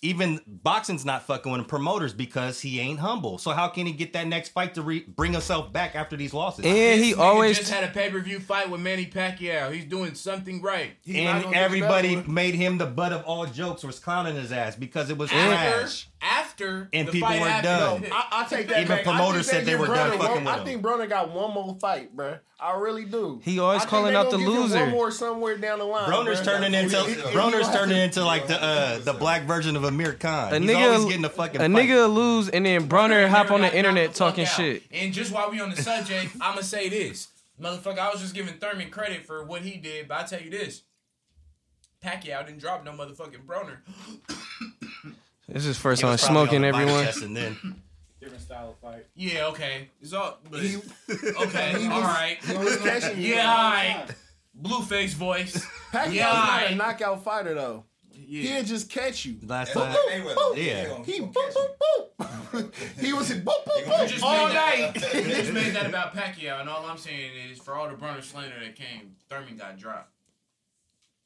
E: even boxing's not fucking with him. Promoters because he ain't humble. So how can he get that next fight to re- bring himself back after these losses? And,
B: And he
A: This nigga
B: always
A: just had a pay per view fight with Manny Pacquiao. He's doing something right.
C: He's not gonna get another
E: everybody
C: one.
E: made him the butt of all jokes, was clowning his ass because it was
A: After,
E: trash.
A: after
E: And
A: the
E: people
A: fight
E: were
A: happened.
E: dumb.
C: I, I'll take that.
E: Even
C: back. I
E: promoters
C: think
E: said they were
C: give
E: done
C: Broner
E: fucking
C: one-
E: with
C: I
E: him.
C: think Broner got one more fight, bro. I really do.
B: He always
C: I think
B: calling
C: they
B: out
C: gonna
B: the
C: give him
B: loser.
C: One more somewhere down the line.
E: Broner's
C: bruh.
E: turning into
D: If- if-
E: Broner's
C: if-
E: turning into like the uh, the black version of Amir Khan.
B: a
E: He's always
B: nigga
E: getting a fucking
B: a
E: fight.
B: nigga lose and then Brunner hop on the
A: Got
B: internet
A: knocked the fuck
B: talking
A: out.
B: shit.
A: And just while we on the subject, I'ma say this. Motherfucker, I was just giving Thurman credit for what he did, but I tell you this. Pacquiao didn't drop no motherfucking Broner.
B: This is first
E: He
B: time
E: was probably on
B: smoking
E: the body
B: everyone.
E: test and then
F: Different style of fight.
A: Yeah, okay. It's all but,
C: He-
A: okay, all right.
C: Pacquiao's
A: Yeah, all right. Blueface voice. Yeah,
C: not
A: I-
C: a knockout fighter though.
A: Yeah.
C: He'll just catch you.
D: That's
E: last time.
D: what they were-
E: Yeah.
D: they gonna-
C: He
D: gonna
C: boop
D: catch him.
C: boop boop. He was in boop boop
A: You
C: boop
A: just
C: all
A: made
C: night.
A: that- You just made that about Pacquiao, and all I'm saying is for all the Broner slander that came, Thurman got dropped.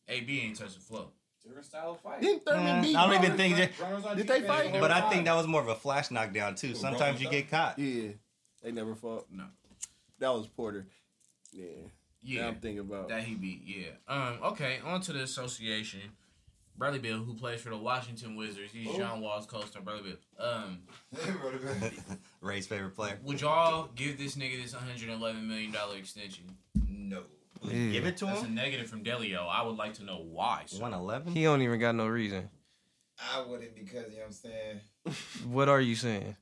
A: AB ain't touching flow.
F: Different style of fight.
C: Didn't Thurman
E: Mm,
C: beat?
E: I don't
C: Broner?
E: even think that.
F: Broner's on
C: Did they
F: defense
C: fight?
F: the whole
E: But I
F: time.
E: think that was more of a flash knockdown too. Sometimes you get caught.
C: Yeah, they never fought.
A: No.
C: That was Porter. Yeah.
A: Yeah.
C: Now I'm thinking about.
A: That he beat, yeah. Um, okay, on to the association. Bradley Bill, who plays for the Washington Wizards, he's
C: Oh.
A: John Wall's co-star. Bradley Bill. Um,
E: Ray's favorite player.
A: would y'all give this nigga this 111 million dollar extension?
D: No.
B: Yeah.
E: Give it to
A: That's a
E: him.
A: negative from Delio. I would like to know why. sir.
E: One eleven.
B: He don't even got no reason.
D: I wouldn't because, you know what I'm saying?
B: What are you saying?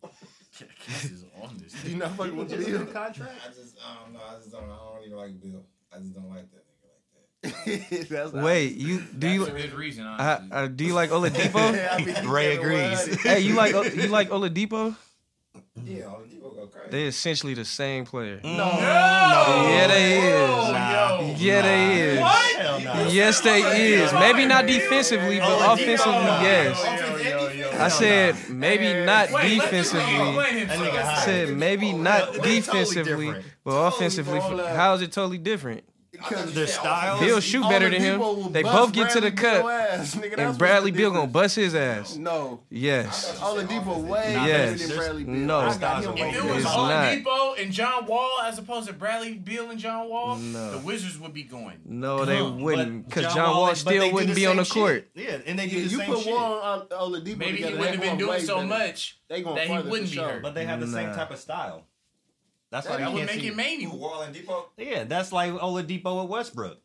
A: This is on this.
C: You not fucking with Bill.
D: I just, I don't know. I just don't, I don't really like Bill. I just don't like that nigga like that.
C: That's-
B: Wait, you do
A: That's
B: you
A: a good reason.
B: I,
A: honestly.
B: I, do you like Oladipo?
C: I mean,
E: Ray
C: you know
E: agrees.
C: what?
B: hey, you like oh, you like Oladipo?
D: Yeah, all the people go crazy.
B: They essentially the same player.
E: No.
B: Yeah, they is.
E: Mm. Nah.
B: Yeah, they
E: Nah.
B: is.
A: What?
E: Hell no.
B: Yes, they is. Maybe not defensively, but
E: Oladipo.
B: offensively, yes. I said maybe not
A: Wait, let this nigga
B: defensively.
A: explain
E: That nigga
A: himself.
E: hot.
B: I said maybe
E: yeah,
B: not
E: we're totally
B: defensively,
E: different.
B: but offensively.
C: bro, like-
B: How is it totally different?
C: Because
E: Their style.
B: Bill shoot better than
C: Oladipo will
B: him. They
C: bust
B: both get to the
C: Bradley Beal
B: cup,
C: ass, nigga. That's
B: and Bradley
C: what's the
B: Bill gonna
C: difference.
B: bust his ass.
C: No.
B: Yes.
C: Oladipo way
E: Nah,
C: better
B: Yes.
C: than Bradley Beal.
B: No.
C: I got him
E: If
A: If it
C: way
A: was
B: It's
C: better.
B: all- not.
A: Oladipo and John Wall as opposed to Bradley Beal and John Wall,
B: No.
A: the Wizards would be going.
B: No, they
E: But
B: wouldn't, because John,
E: Wall-
B: Wall
E: but they
B: still
E: do
B: wouldn't
E: the
B: be on
E: same
B: the court.
E: shit. Yeah, and they do
C: Yeah,
E: the
C: you
E: same
C: put
E: shit.
C: one on Oladipo
A: Maybe he
C: together,
A: wouldn't have
C: they
A: been
C: going
A: doing
C: way
A: so
C: better.
A: much
C: They going
A: that he
C: further for
A: wouldn't be
C: sure.
A: hurt.
E: But they have the same
B: Nah.
E: type of style. That's why
A: That
E: you
A: would
E: can't
A: make
E: see.
A: it Manny.
D: Wall and Depot.
E: Yeah, that's like Oladipo at Westbrook.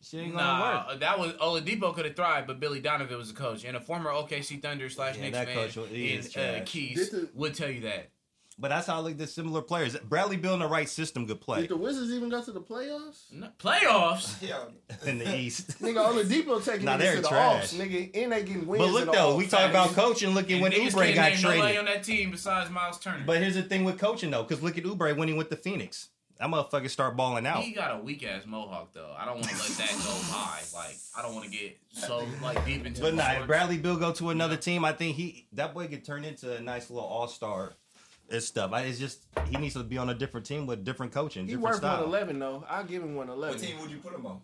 E: Shit ain't gonna work.
A: Nah, that was Oladipo could have thrived, but Billy Donovan was a coach and a former OKC Thunder slash
E: Yeah,
A: Knicks
E: that
A: fan
E: coach was- he
A: in
E: is
A: uh,
E: trash.
A: Keys
C: This is-
A: would tell you that.
E: But that's how I look at similar players. Bradley Bill in the right system could play
C: Did the Wizards even go to the playoffs?
A: No, playoffs.
D: Yeah.
E: in the East.
C: Nigga, Oladipo taking
E: Nah,
C: niggas
E: they're
C: to the
E: trash.
C: offs, nigga, and they getting wins.
E: But
C: in
E: look
C: the
E: though,
C: offs.
E: we talk about coaching. Look at
A: And
E: when
A: niggas
E: Oubre
A: can't
E: got
A: name nobody
E: traded.
A: on that team besides Miles Turner.
E: But here's the thing with coaching though, because look at Oubre when he went to Phoenix. That motherfucker start balling out.
A: He got a weak ass mohawk though. I don't want to let that go by. Like I don't want to get so like deep into.
E: But
A: the
E: nah,
A: sports.
E: if Bradley Bill go to another team, I think he that boy could turn into a nice little all star and stuff. I, it's just he needs to be on a different team with different coaching,
C: He
E: different
C: worth one
E: style.
C: eleven though. I'll give him one
D: What
C: eleven.
D: team would you put him on?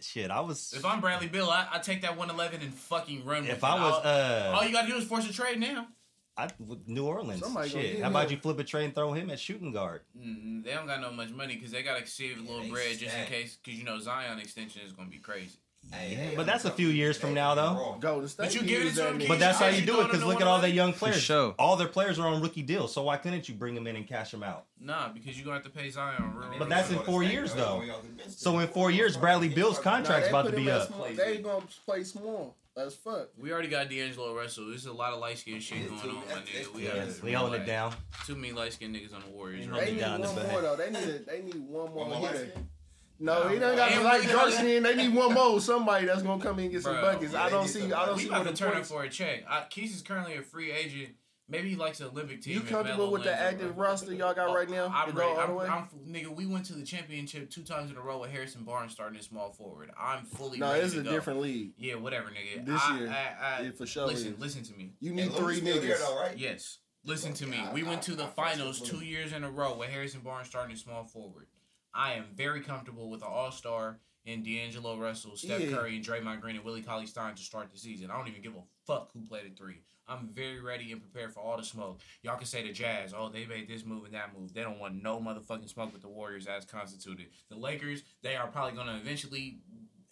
E: Shit, I was
A: If I'm Bradley Bill, I, I take that 111 and fucking run. with
E: if
A: it.
E: I was
A: All- all
E: uh
A: you gotta do is force a trade now.
E: I, with New Orleans,
C: Somebody gonna
E: shit.
C: get
E: How about
C: him.
E: you flip a trade and throw him at shooting guard?
A: Mm, They don't got no much money because they gotta save a little
D: they
A: bread just in
D: stacked.
A: case. Because you know Zion extension is gonna be crazy.
D: Hey,
E: Yeah,
D: hey,
E: but
D: I'm
E: that's a
D: talking-
E: few years
D: hey,
E: from now, though.
D: wrong.
C: Golden State.
A: But you giving
C: used
A: it to
C: that
A: him,
C: nigga.
E: But
A: Keisha,
E: that's how you
A: you
E: do
A: throwing
E: it because
A: him
E: look
A: to
E: at all
A: one
E: their young players.
B: sure.
E: All their players are on rookie deals, so why couldn't you bring them in and cash them out?
A: Nah, because you gonna have to pay Zion. Real,
E: But that's
A: real.
E: in
D: Golden
E: four
D: State,
E: years,
D: though.
E: though.
D: He gonna be on the bench.
E: So in four years, Bradley Bill's
C: Nah,
E: contract's
C: they
E: about
C: put
E: to
C: him
E: be
C: at
E: up.
C: small- They gonna play small as fuck.
A: we already got D'Angelo Russell. There's a lot of light skinned shit
D: Yeah,
A: going
D: too.
A: on, my
D: That's-
A: nigga. We
D: that's-
E: Yeah,
A: got
E: we holding it down.
A: too many light skinned niggas on the Warriors.
E: And
A: right?
C: They
E: He
C: need
E: down
C: one
E: the
C: more
E: bag.
C: though. They need a, they need one
D: One
C: more
D: more
C: hitter.
D: light skin?
C: No, he don't got
A: And
C: to
A: we
C: like
A: gotta-
C: Carson. in. They need one more somebody that's gonna come in and get some
A: Bro,
C: buckets.
D: yeah,
C: I
D: they
C: don't
D: need
C: see. I
D: somebody.
C: don't
A: We
C: see
A: about
C: where
A: to
C: the
A: turn him
C: points.
A: for a check. I, Keys is currently a free agent. Maybe he likes an Olympic team.
C: You
A: if
C: comfortable
A: Melo
C: with the
A: wins or-
C: active roster y'all got right now?
A: I'm
C: to
A: ready.
C: go all the
A: I'm,
C: way.
A: I'm, nigga, we went to the championship two times in a row with Harrison Barnes starting at small forward. I'm fully
C: No,
A: ready
C: it's
A: to
C: a
A: go.
C: different league.
A: Yeah, whatever, nigga.
C: This
A: I,
C: year,
A: I, I,
C: it for sure
A: Listen,
C: is.
A: listen to me.
C: You
D: Hey,
C: need
D: Luka's
C: three
D: still there,
C: niggas.
D: though, right?
A: Yes, listen to me. We went to the finals two years in a row with Harrison Barnes starting at small forward. I am very comfortable with an All Star in D'Angelo Russell, Steph
C: Yeah.
A: Curry, and Draymond Green and Willie Cauley Stein to start the season. I don't even give a fuck who played at three. I'm very ready and prepared for all the smoke. Y'all can say the Jazz, oh, they made this move and that move. They don't want no motherfucking smoke with the Warriors as constituted. The Lakers, they are probably going to eventually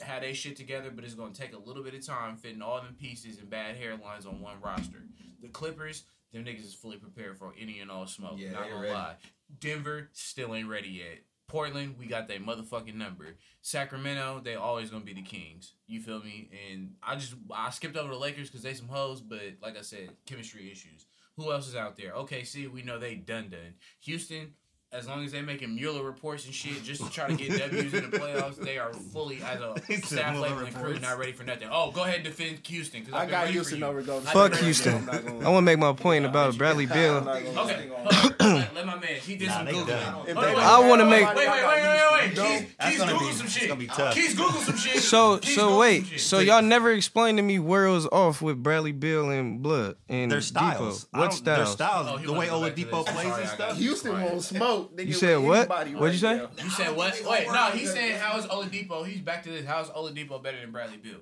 A: have their shit together, but it's going to take a little bit of time fitting all them pieces and bad hairlines on one roster. The Clippers, them niggas is fully prepared for any and all smoke.
D: Yeah,
A: not
D: they
A: gonna
D: ready.
A: lie. Denver still ain't ready yet. Portland, we got their motherfucking number. Sacramento, they always gonna be the Kings. You feel me? And I just I skipped over the Lakers because they some hoes, but like I said, chemistry issues. Who else is out there? OKC, we know they done done. Houston, as long as they making Mueller reports and shit just to try to get W's in the playoffs, they are fully as a
E: He said
A: staff
E: Mueller
A: level and crew
E: reports.
A: not ready for nothing. Oh, go ahead and defend Houston because
C: I got Houston over Golden.
A: I
B: Fuck
A: think-
B: Houston.
C: I'm not gonna-
B: I want to make my point about Bradley
C: I'm
B: Bill.
C: not gonna-
A: Okay, hold on. let, let my man. He did
E: Nah,
A: some
E: they done.
A: googling.
C: If
A: Hold
C: they
A: on,
C: don't
B: I wanna
C: have
B: make-
A: Wait, wait,
C: nobody, I
A: wait, wait,
C: got
A: wait,
C: Houston.
A: wait. Keys,
E: That's
A: Keys
E: gonna
A: Google
E: be-
A: some
E: it's
A: shit.
E: gonna be tough.
A: Keys Google some shit.
B: So
A: Keys
B: so
A: Google
B: wait,
A: some shit.
B: so y'all never explained to me where it was off with Bradley Bill and Blood and
E: Their styles.
B: Depot.
E: I
B: What
E: don't- Their
B: styles?
E: styles.
A: Oh, he
E: the way
A: wanted to go back
E: Oladipo
A: to this.
E: plays
A: Sorry,
E: and
A: I
E: stuff.
A: got
C: Houston won't smoke. Nigga,
B: You said
C: with
B: what?
C: anybody
B: What'd you
C: right
B: say?
C: now.
A: You said what? Wait, no. He said how is Oladipo? He's back to this. How is Oladipo better than Bradley Bill?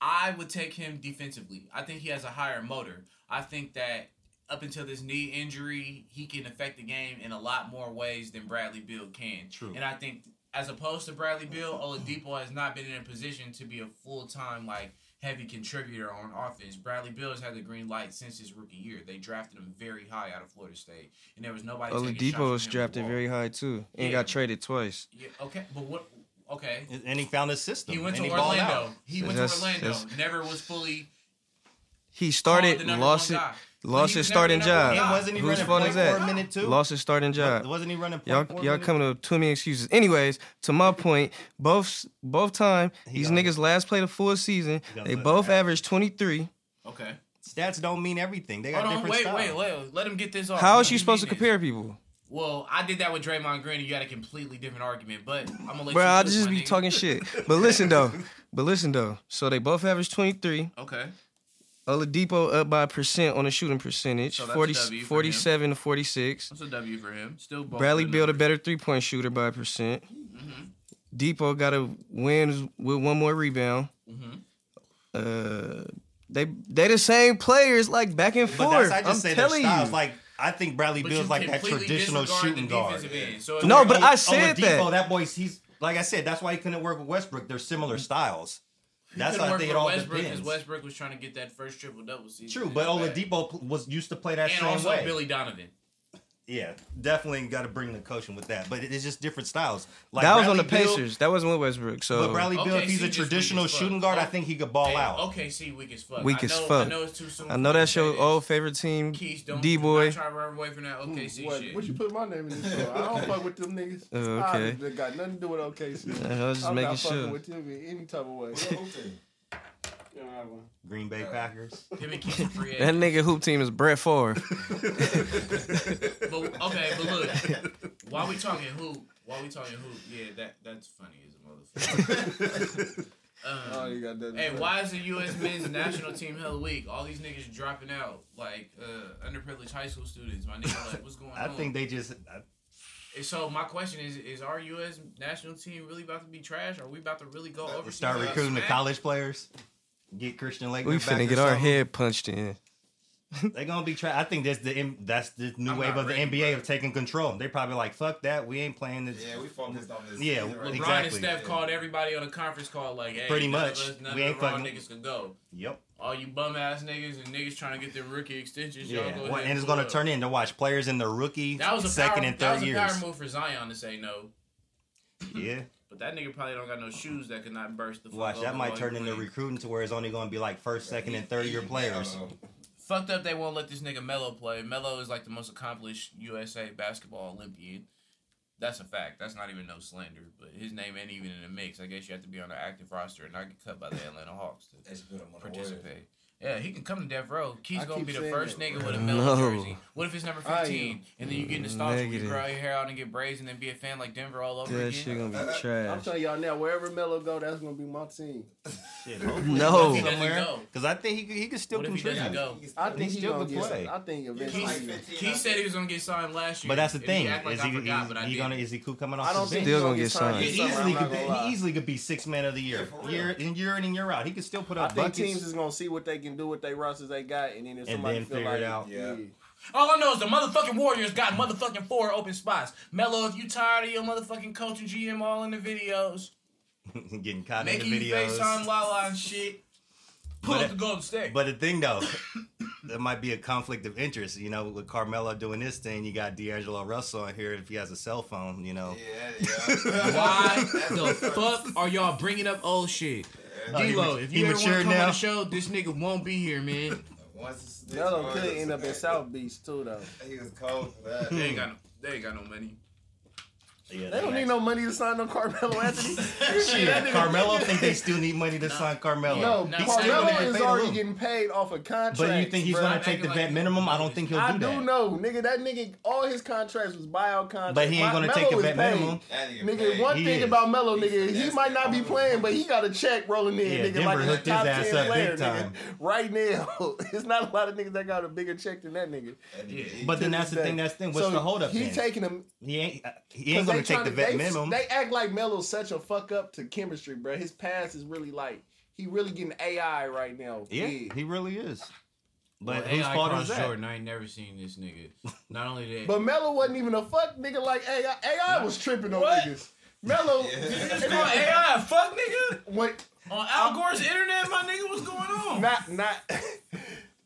A: I would take him defensively. I think he has a higher motor. I think that up until this knee injury, he can affect the game in a lot more ways than Bradley Bill can.
E: True.
A: And I think as opposed to Bradley Bill, Oladipo has not been in a position to be a full time like heavy contributor on offense. Bradley Bill has had the green light since his rookie year. They drafted him very high out of Florida State, and there was nobody. taking shots
B: Oladipo
A: from
B: was
A: him
B: drafted
A: at all.
B: very high too and
A: Yeah.
B: got traded twice.
A: Yeah, okay, but what? Okay,
E: And he found his system.
A: he went
E: and
A: to
E: he balled out.
A: Orlando. He went to
B: That's-
A: Orlando.
B: that's-
A: Never was fully
B: He
A: called
B: started,
A: the number
B: lost
A: one
B: it,
A: guy. But he
B: lost his
A: was never the
B: starting
A: number one
B: job.
A: guy.
E: And wasn't he
B: Whose
E: running
B: fault
E: point
B: is
E: for a
B: that?
E: minute too?
B: Lost his starting job.
E: Wasn't he running point for
B: Y'all,
E: a
B: y'all
E: minute?
B: coming up with too many excuses. Anyways, to my point, both both time these
E: got
B: niggas last played a full season.
E: He got
B: They
E: let
B: both
E: down.
B: averaged twenty three.
A: Okay.
E: Stats don't mean everything. They got
A: Hold on.
E: different
A: Wait,
E: styles.
A: wait, wait. Let him get this off.
B: How
A: What
B: is
A: do
B: you supposed to
A: mean is-
B: compare people?
A: Well, I did that with Draymond Green. and You had a completely different argument, but I'm gonna let
B: Bro,
A: you.
B: I'll
A: do it,
B: just
A: my
B: be
A: nigga.
B: talking shit. But listen though, but listen though. So they both averaged twenty three.
A: Okay.
B: Oladipo up by percent on a shooting percentage,
A: So that's a
B: 40,
A: W for him.
B: 47 to 46.
A: That's a W for him. Still. both
B: Bradley
A: good
B: Beal a
A: numbers.
B: better three point shooter by a percent.
E: Mm-hmm.
B: Depot got a win with one more rebound.
E: Mm-hmm.
A: Mhm.
B: Uh, they they the same players like back and
E: But
B: forth.
E: that's, I just
B: I'm
E: say their
B: telling
E: styles.
B: you.
E: Like I think Bradley
A: But
E: Bill's
A: you
E: like that
A: completely
E: traditional
A: disregard the
E: shooting guard.
A: defensive end. So
B: No,
A: it's-
B: but I said
E: Oladipo,
B: that.
E: that boy, he's like I said. That's why he couldn't work with Westbrook. They're similar styles. That's
A: couldn't
E: why I
A: work
E: think
A: with
E: it all
A: Westbrook 'cause
E: depends.
A: Westbrook was trying to get that first triple double season.
E: True, but
A: It's bad.
E: Oladipo p- was used to play that
A: and
E: same
A: also
E: way.
A: Billy Donovan.
E: yeah, definitely got to bring the coaching with that. But it- it's just different styles. Like
B: that was on the
E: Bradley Beal-
B: Pacers. that wasn't with Westbrook. So
E: But Bradley Beal,
A: Okay,
E: if he's
A: see,
E: a
A: this weak
E: traditional
A: as fuck.
E: shooting guard, I
A: Oh.
E: think he could ball out.
A: Okay, see, weak as fuck.
B: Weak
A: I
B: as
A: know,
B: fuck.
A: I know it's too soon.
B: I
A: for
B: know
A: me to
B: that's
A: say
B: your
A: this.
B: old favorite team,
A: Keys, don't
B: D boy.
A: don't Try to run away from that OKC
C: What,
A: shit.
C: what you put my name in this for? I don't fuck with them niggas.
B: Oh, okay.
C: I ain't got nothing to do with OKC.
B: I was just
C: I'm
B: making
C: not fucking
B: sure.
C: with them in any type of way.
F: You don't have one.
E: Green Bay Packers.
A: Him and Keys are free
B: That
A: agents.
B: nigga hoop team is Brett Favre.
A: But okay, but look, while we talking hoop, while we talking hoop, yeah, that that's funny as a motherfucker.
C: Oh,
A: Um,
C: you got that.
A: Hey, why is the U.S. men's national team hella weak? All these niggas dropping out like uh, underprivileged high school students. My nigga, like, what's going
E: I
A: on?
E: think they just. uh, I,
A: And so my question is: Is our U.S. national team really about to be trash? Are we about to really go overseas?
E: start
A: and
E: recruiting the
A: smack?
E: college players. Get Christian Laettner.
B: We
E: back
B: finna
E: or
B: get our
E: something.
B: head punched in.
E: They're gonna be. Tra- I think that's the M- that's the new
A: I'm
E: wave
A: not
E: of the
A: ready,
E: NBA
A: bro.
E: of taking control. They probably like fuck that. We ain't playing this.
D: Yeah, we focused on this.
E: Yeah,
D: season
A: LeBron
D: right
E: Exactly.
A: and Steph called everybody on a conference call like, "Hey,
E: Pretty
A: none of
E: much.
A: us- none
E: We
A: of
E: ain't
A: the raw
E: fucking-
A: niggas can go.
E: Yep.
A: All you bum ass niggas and niggas trying to get their rookie extensions.
E: Yeah.
A: Y'all go
E: Well,
A: ahead
E: and it's
A: pull
E: gonna
A: up.
E: turn into watch players in their rookie,
A: That was a
E: second
A: power,
E: and
A: that
E: third
A: was a
E: years.
A: power move for Zion to say no.
E: Yeah.
A: But that nigga probably don't got no shoes that could not burst the fuck
E: Watch that
A: open
E: might
A: while
E: turn
A: he
E: into
A: playing.
E: recruiting to where it's only gonna be like first, second, and third year
D: Yeah,
E: players.
D: uh,
A: Fucked up they won't let this nigga Melo play. Melo is like the most accomplished USA basketball Olympian. That's a fact. That's not even no slander. But his name ain't even in the mix. I guess you have to be on the active roster and not get cut by the Atlanta Hawks to
D: That's good. I'm gonna wear it.
A: participate. Yeah, he can come to death row. He's
C: I
A: gonna
C: keep
A: be the
C: saying
A: first
C: that,
A: nigga
C: bro.
A: with a Melo
B: No.
A: jersey. What if it's number
C: I am.
A: fifteen and then you get nostalgic and you
B: Negative.
A: grow your hair out and get braids and then be a fan like Denver all over
B: That shit
A: again?
B: gonna be
C: I'm
B: trash.
C: telling y'all now, wherever Melo go, that's gonna be my team.
E: Shit,
B: No.
A: He doesn't
E: somewhere
A: go.
E: because I think he could- he could still
A: What if he doesn't
E: contribute.
A: go?
C: I
E: He
C: think he's
E: still
C: gonna
E: could
C: get.
E: play.
C: I think eventually.
A: He's-
C: he gonna-
A: He said he was gonna get signed last year.
E: But that's the
A: and
E: thing
A: He act like
E: is
A: I
E: he,
A: forgot,
E: he's-
A: but I
E: he gonna
A: didn't.
E: is he cool coming off
C: I don't
E: the bench?
B: Still
C: think he's
B: gonna get
C: signed
B: signed.
C: this
E: He
C: summer,
E: easily
C: I'm not
E: could be,
C: gonna lie.
E: he easily could be six man of the year,
D: Yeah, for real.
E: year in year in and year out. He could still put
C: I
E: up
C: think
E: buckets.
C: teams is gonna see what they can do with their rosters they got, and then if
E: And
C: somebody
E: then
C: feel
E: figure
C: like,
E: it out.
C: Yeah.
D: Yeah.
A: All I know is the motherfucking Warriors got motherfucking four open spots. Melo, if you tired of your motherfucking coach and GM all in the videos,
E: getting caught in
A: making
E: the
A: you face on
E: videos.
A: Lala and shit, pull
E: But-
A: up the Golden State.
E: But the thing though, there might be a conflict of interest. You know, with Carmelo doing this thing, you got D'Angelo Russell in here. If he has a cell phone, you know,
D: Yeah, yeah.
A: Why
D: That's
A: the fuck are y'all bringing up old shit? D-Lo, if
E: he
A: you ever want to
E: matured
A: come on
E: now?
A: the show, this nigga won't be here, man.
D: Once it's- this
C: Melo
D: boy
C: could
D: is-
C: end up in South Beach too, though.
D: He was cold for that.
A: they ain't got no, they ain't got no money.
E: yeah,
C: They don't need no money to sign no Carmelo Anthony.
E: Shit, Carmelo think they still need money to sign Carmelo.
C: No,
A: Nah,
E: still
C: Carmelo
E: gonna get
C: is
E: paid a
C: already
E: little.
C: getting paid off a contract.
E: But you think he's
C: bruh.
E: going
A: bruh.
E: to take the vet minimum? I don't think he'll
C: I
E: do
C: do
E: that.
C: know, nigga. That nigga, all his contracts was buyout contracts.
E: But he
C: My-
E: ain't gonna
C: Melo
E: take a
C: is
E: vet
C: paid.
E: minimum.
D: That nigga
C: Nigga,
D: paid.
C: one
E: He
C: thing
E: is.
C: about Melo, nigga, he
D: That's
C: might not be
D: the-
C: playing, but he got a check rolling in,
E: Yeah,
C: nigga,
E: Denver
C: like he's a
E: hooked his
C: top
E: ass
C: ten
E: up
C: player,
E: big time.
C: nigga. Right now, it's not a lot of niggas that got a bigger check than that nigga.
D: That nigga-
E: But then
C: To
E: that's
C: this
E: the
C: day.
E: thing. That's the thing. What's
C: So
E: the holdup?
C: He
E: Then
C: taking him.
E: he ain't. uh, He ain't going to take the vet
C: they,
E: minimum.
C: They act like Melo's such a fuck up to chemistry, bro. His pass is really like he really getting AI right now.
E: Yeah, he really is.
A: Well,
E: But whose
A: AI
E: fault
A: Cross
E: is that?
A: Jordan, I ain't never seen this nigga. Not only that,
C: But Melo wasn't even a fuck nigga like AI. AI was tripping on
A: What?
C: niggas. Melo,
A: It's called AI, a fuck nigga.
C: when,
A: On Al Gore's internet, my nigga, what's going on?
C: not not.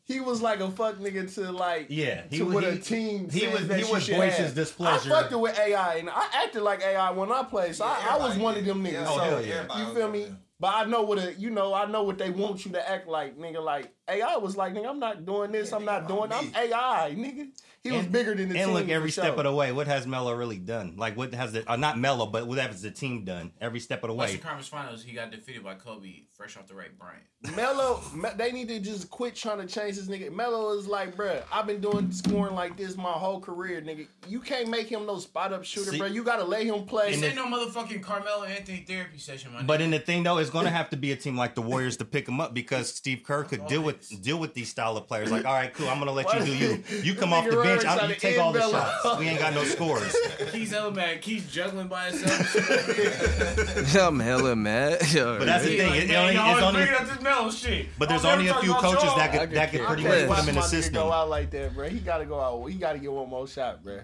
C: He was like a fuck nigga to like
E: Yeah,
C: he,
E: he
C: to
E: was-
C: what a
E: he-
C: team
E: he
C: says
E: was-
C: that
E: he
C: you
E: was
C: should
E: voices
C: have.
E: displeasure.
C: I fucked it with AI and I acted like AI when I played, so I, I was
D: everybody
C: one of
D: did.
C: them niggas.
D: Yeah,
E: Oh,
C: so
E: hell yeah.
D: everybody
C: you
D: was
C: feel
D: like
C: me?
D: that.
C: But I know what a, you know I know what they want you to act like, nigga. Like AI was like, nigga, I'm not doing this.
D: Yeah,
C: I'm not
D: nigga,
C: doing. I'm
D: I'm
C: AI, nigga. He was
E: And-
C: bigger than the
E: And
C: team
E: look,
C: for
E: every
C: sure.
E: step of the way, what has Melo really done? Like, what has the uh, not Melo, but what has the team done? Every step of the
A: Western
E: way.
A: Conference Finals, he got defeated by Kobe, fresh off the right Bryant.
C: Melo, Me- they need to just quit trying to change this nigga. Melo is like, bruh, I've been doing scoring like this my whole career, nigga. You can't make him no spot up shooter,
E: See-
C: bruh. You gotta let him play.
A: This
E: And
A: ain't no motherfucking Carmelo Anthony therapy session, my
E: But
A: nigga.
E: in the thing though, it's going to have to be a team like the Warriors to pick him up because Steve Kerr could deal with deal with these style of players. Like, all right, cool, I'm going to let you do you. You come
C: This
E: off the
C: nigga
E: bench,
C: Rory
E: I'll, you
C: tryna
E: take
C: end
E: all the
C: Melo.
E: shots. We ain't got no scores.
A: Keith's hella mad. Keith's juggling by himself.
B: I'm hella mad.
E: But that's the
A: He's
E: thing.
A: like,
E: It
A: man, y'all
E: only- it's
A: always
E: only-
A: bringing up this Melo shit.
E: But there's
A: I'm
E: only a
A: never
E: few
A: talking about
E: coaches
A: y'all.
E: that
B: I
E: could
B: could
E: that could
B: care
E: pretty
B: less.
E: much
C: Watch
E: put him in
C: my
E: the
C: nigga go
E: system.
C: out like that, bruh. He gotta go out. He gotta get one more shot, bruh.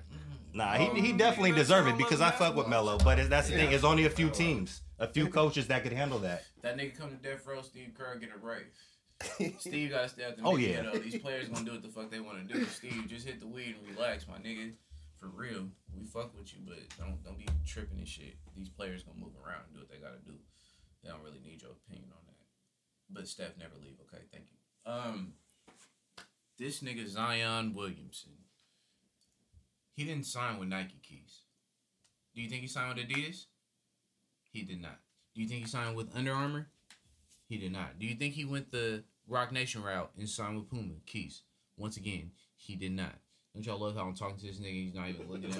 E: Nah, he, he definitely deserve it because I fuck with Melo. But it, that's the thing. It's only a few teams, a few coaches that could handle that.
A: That nigga come to death row, Steve Kerr get a break. Steve got to stay out the
E: Oh,
A: nigga,
E: yeah.
A: You know, these players gonna do what the fuck they want to do. Steve, just hit the weed and relax, my nigga. for real. We fuck with you, but don't don't be tripping and shit. These players gonna move around and do what they gotta do. They don't really need your opinion on that. But Steph never leave. Okay, thank you. Um, this nigga Zion Williamson, he didn't sign with Nike keys. Do you think he signed with Adidas? He did not. Do you think he signed with Under Armour? He did not. Do you think he went the Rock Nation route and signed with Puma Keys? Once again, he did not. Don't y'all love how I'm talking to this nigga? He's not even looking at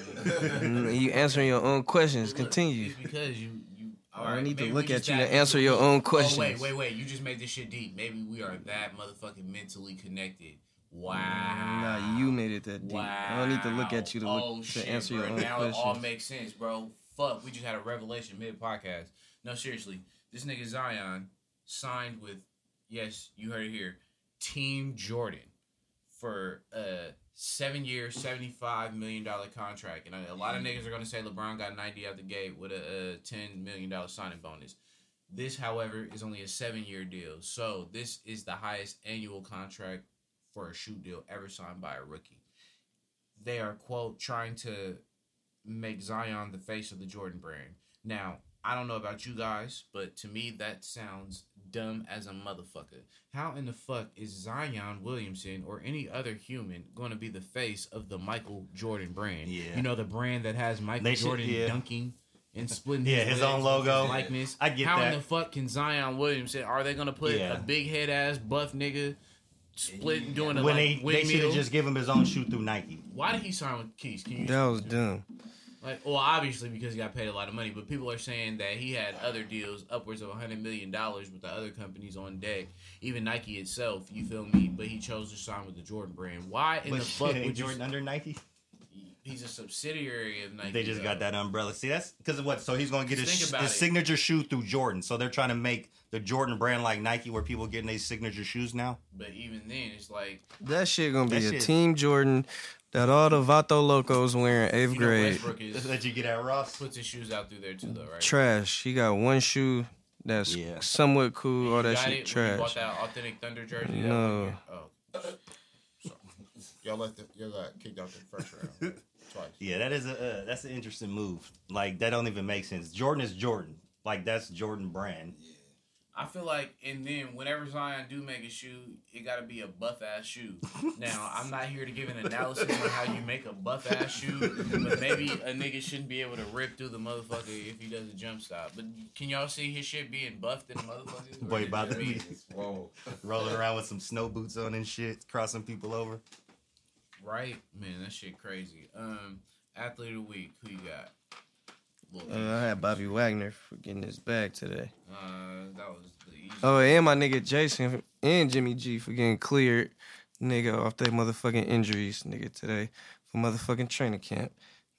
A: me.
B: Mm, You answering your own questions. Continue.
A: It's because you you. All
B: I
A: right,
B: need to
A: maybe we
B: look
A: just
B: at you
A: that-
B: to answer your own questions.
A: Oh, wait, wait, wait! You just made this shit deep. Maybe we are that motherfucking mentally connected. Wow.
B: Nah, you made it that deep. I don't need to look at you to look
A: Wow. Oh,
B: to
A: shit,
B: answer
A: bro.
B: your own
A: now
B: questions.
A: it all makes sense, bro. Fuck, we just had a revelation mid podcast. No, seriously, this nigga Zion signed with, yes, you heard it here, Team Jordan for a seven-year, seventy-five million dollar contract. And a lot of niggas are gonna say LeBron got ninety out the gate with a, a ten million dollar signing bonus. This, however, is only a seven-year deal, so this is the highest annual contract for a shoe deal ever signed by a rookie they are quote trying to make Zion the face of the Jordan brand. Now, I don't know about you guys, but to me that sounds dumb as a motherfucker. How in the fuck is Zion Williamson or any other human going to be the face of the Michael Jordan brand?
E: Yeah.
A: You know the brand that has Michael
E: They should-
A: Jordan
E: yeah.
A: dunking and splitting
E: Yeah, his own
A: legs with
E: logo.
A: likeness.
E: I get
A: How
E: that.
A: in the fuck can Zion Williamson are they going to put
E: Yeah.
A: a big head ass buff nigga split doing a like,
E: when they they should
A: windmill?
E: have just give him his own shoe through Nike.
A: Why did he sign with Keys? Can you
B: That was dumb.
A: Like, well, obviously because he got paid a lot of money, but people are saying that he had other deals upwards of hundred million dollars with the other companies on deck, even Nike itself. You feel me? But he chose to sign with the Jordan brand. Why in
E: But
A: the fuck
E: shit,
A: would
E: Jordan
A: Jordan?
E: under Nike?
A: He's a subsidiary of Nike.
E: They just got
A: though.
E: that umbrella. See, that's because of what? So he's going to get
A: Just
E: his,
A: think
E: sh-
A: about
E: his
A: it.
E: signature shoe through Jordan. So they're trying to make the Jordan brand like Nike, where people getting their signature shoes now.
A: But even then, it's like
B: That shit gonna be
E: That
B: a
E: shit-
B: Team Jordan that all the Vato Locos wearing eighth
A: you know,
B: grade.
A: Westbrook
E: That's
A: is,
E: what you get at Ross.
A: puts his shoes out through there too, though, right?
B: Trash. He got one shoe that's
E: Yeah.
B: somewhat cool. all
A: You
B: that
A: got
B: shit
A: it when you bought
B: trash.
A: that authentic Thunder jersey. that
B: No.
A: one year? Oh.
D: Y'all left. The, y'all got kicked out the first round twice.
E: Yeah, that is a uh, that's an interesting move. Like that don't even make sense. Jordan is Jordan. Like that's Jordan brand.
A: I feel like, and then whenever Zion do make a shoe, it gotta be a buff ass shoe. Now, I'm not here to give an analysis on how you make a buff ass shoe, but maybe a nigga shouldn't be able to rip through the motherfucker if he does a jump stop. But can y'all see his shit being buffed in the motherfucker? Or
E: Boy,
A: is it
E: about to
A: just me?
E: be
D: Whoa.
E: rolling around with some snow boots on and shit, crossing people over.
A: right, man, that shit crazy. Um, athlete of the week, who you got? Look,
B: Uh, I had Bobby Wagner for getting his bag today.
A: uh, that was the easy.
B: Oh, and my nigga Jason and Jimmy G for getting cleared, nigga, off their motherfucking injuries, nigga, today for motherfucking training camp,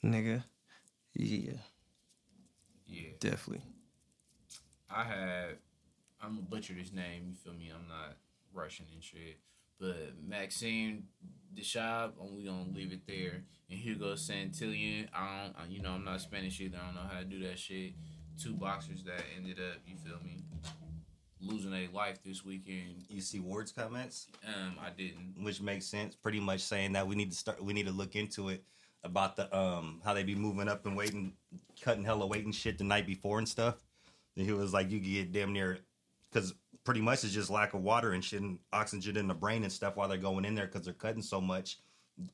B: nigga. Yeah,
A: Yeah.
B: definitely.
A: I had I'm gonna butcher this name, you feel me? I'm not Russian and shit. But Maxime Deshab, and we gonna leave it there. And Hugo Santillan, I don't I, you know, I'm not Spanish either, I don't know how to do that shit. Two boxers that ended up, you feel me, losing their life this weekend.
E: You see Ward's comments,
A: Um, I didn't.
E: which makes sense. Pretty much saying that we need to start, we need to look into it about the um how they be moving up and waiting, cutting hella weight and shit the night before and stuff. And he was like, you could get damn near, because pretty much it's just lack of water and shit and oxygen in the brain and stuff while they're going in there because they're cutting so much,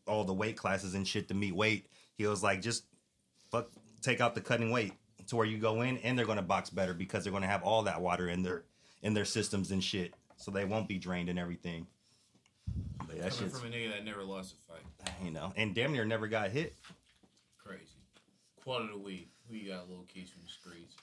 E: all the weight classes and shit to meet weight. He was like, just fuck, take out the cutting weight to where you go in and they're going to box better because they're going to have all that water in their in their systems and shit, so they won't be drained and everything. But
A: Coming
E: that shit's,
A: from a nigga that never lost a fight.
E: you know, and damn near never got hit.
A: Crazy. Quote of the week. Who you got little kids from the streets?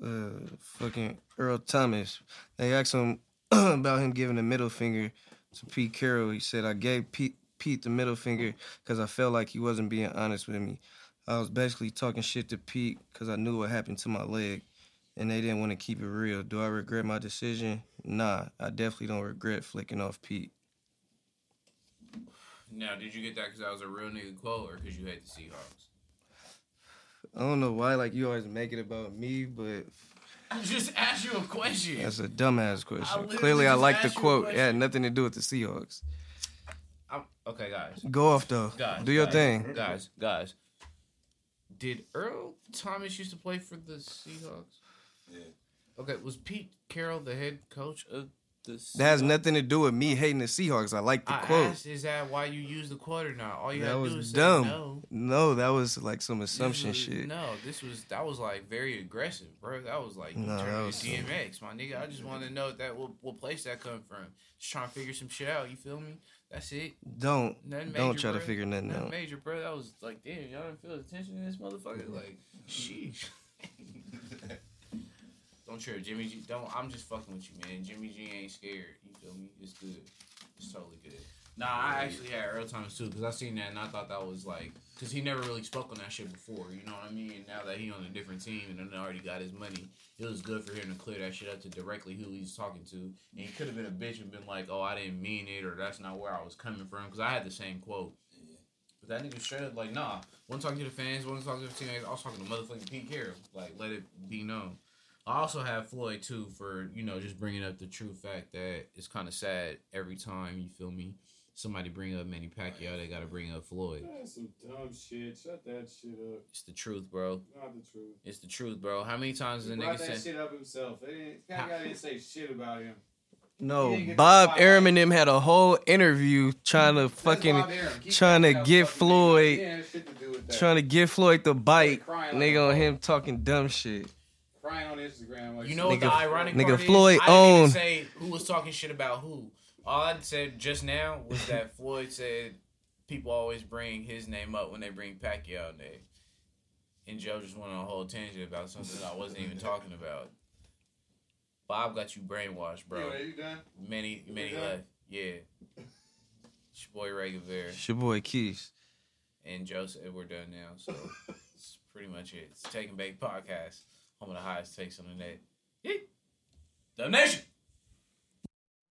B: uh, fucking Earl Thomas. They asked him about him giving the middle finger to Pete Carroll. He said, I gave Pete, Pete the middle finger because I felt like he wasn't being honest with me. I was basically talking shit to Pete because I knew what happened to my leg and they didn't want to keep it real. Do I regret my decision? Nah, I definitely don't regret flicking off Pete.
A: Now, did you get that because I was a real nigga quote or because you hate the Seahawks?
B: I don't know why, like, you always make it about me, but
A: I just asked you a question.
B: that's a dumbass
A: I
B: question.
A: literally
B: Clearly, I
A: just
B: like the
A: asked you a
B: quote. It had
A: question.
B: nothing to do with the Seahawks.
A: I'm, Okay, guys.
B: Go off though.
A: Guys.
B: Do your
A: guys,
B: thing.
A: Guys, guys. Did Earl Thomas used to play for the Seahawks?
D: Yeah.
A: Okay, was Pete Carroll the head coach of the Seahawks?
B: That has nothing to do with me hating the Seahawks. I like the
A: I
B: quote.
A: asked, is that why you use the quote or not? All you
B: That
A: had to do
B: was
A: is
B: dumb.
A: say no.
B: No. that was like some assumption
A: This was-
B: shit.
A: No, this was that was like very aggressive, bro. That was like
B: No,
A: no,
B: that
A: turn
B: was
A: to DMX, my nigga. I just want to know that what, what place that come from. Just trying to figure some shit out. You feel me? That's it.
B: Don't
A: Nothing major,
B: don't try to
A: bro.
B: figure nothing
A: Nothing
B: out.
A: major, bro. That was like, damn, y'all didn't feel the tension in this motherfucker. Like, sheesh. don't trip, Jimmy G. Don't. I'm just fucking with you, man. Jimmy G ain't scared. You feel me? It's good. It's totally good. Nah, I actually had Earl Thomas too because I seen that and I thought that was like because he never really spoke on that shit before. You know what I mean? And now that he on a different team and then already got his money, it was good for him to clear that shit up to directly who he's talking to. And he could have been a bitch and been like, "Oh, I didn't mean it," or "That's not where I was coming from," because I had the same quote. But that nigga straight up like, nah, wasn't talking to the fans, wasn't talking to the teammates. I was talking to motherfucking Pete Carroll. Like, let it be known. I also have Floyd too for you know just bringing up the true fact that it's kind of sad every time you feel me. Somebody bring up Manny Pacquiao, they gotta bring up Floyd.
F: That's some dumb shit. Shut that shit up.
A: It's the truth, bro.
F: Not the truth.
A: It's the truth, bro. How many times
F: He
A: the
F: brought
A: nigga
F: that
A: said?
F: shit up himself. They didn't, Pacquiao didn't say shit about him.
B: No,
F: didn't get
B: Bob
F: the
B: Arum
F: spotlight.
B: and them had a whole interview trying to fucking trying to get Floyd- trying to get Floyd the bite.
F: Crying like a
B: Nigga on
F: hoe.
B: him talking dumb shit.
F: crying on Instagram. Like
A: You know what
B: Nigga-
A: the ironic
B: nigga
A: part
B: Floyd
A: is? I didn't even
B: owned-
A: say who was talking shit about who. All I said just now was that Floyd said people always bring his name up when they bring Pacquiao name. And Joe just went on a whole tangent about something I wasn't even talking about. Bob got you brainwashed, bro.
F: Anyway, you done?
A: Many, many
F: Yeah.
A: left. Yeah. It's your boy Ray Guevara
B: It's your boy Keys.
A: and Joe said we're done now. So it's pretty much it. It's Take and Bake Podcast, home of the highest takes on the net. Yeet. Damnation!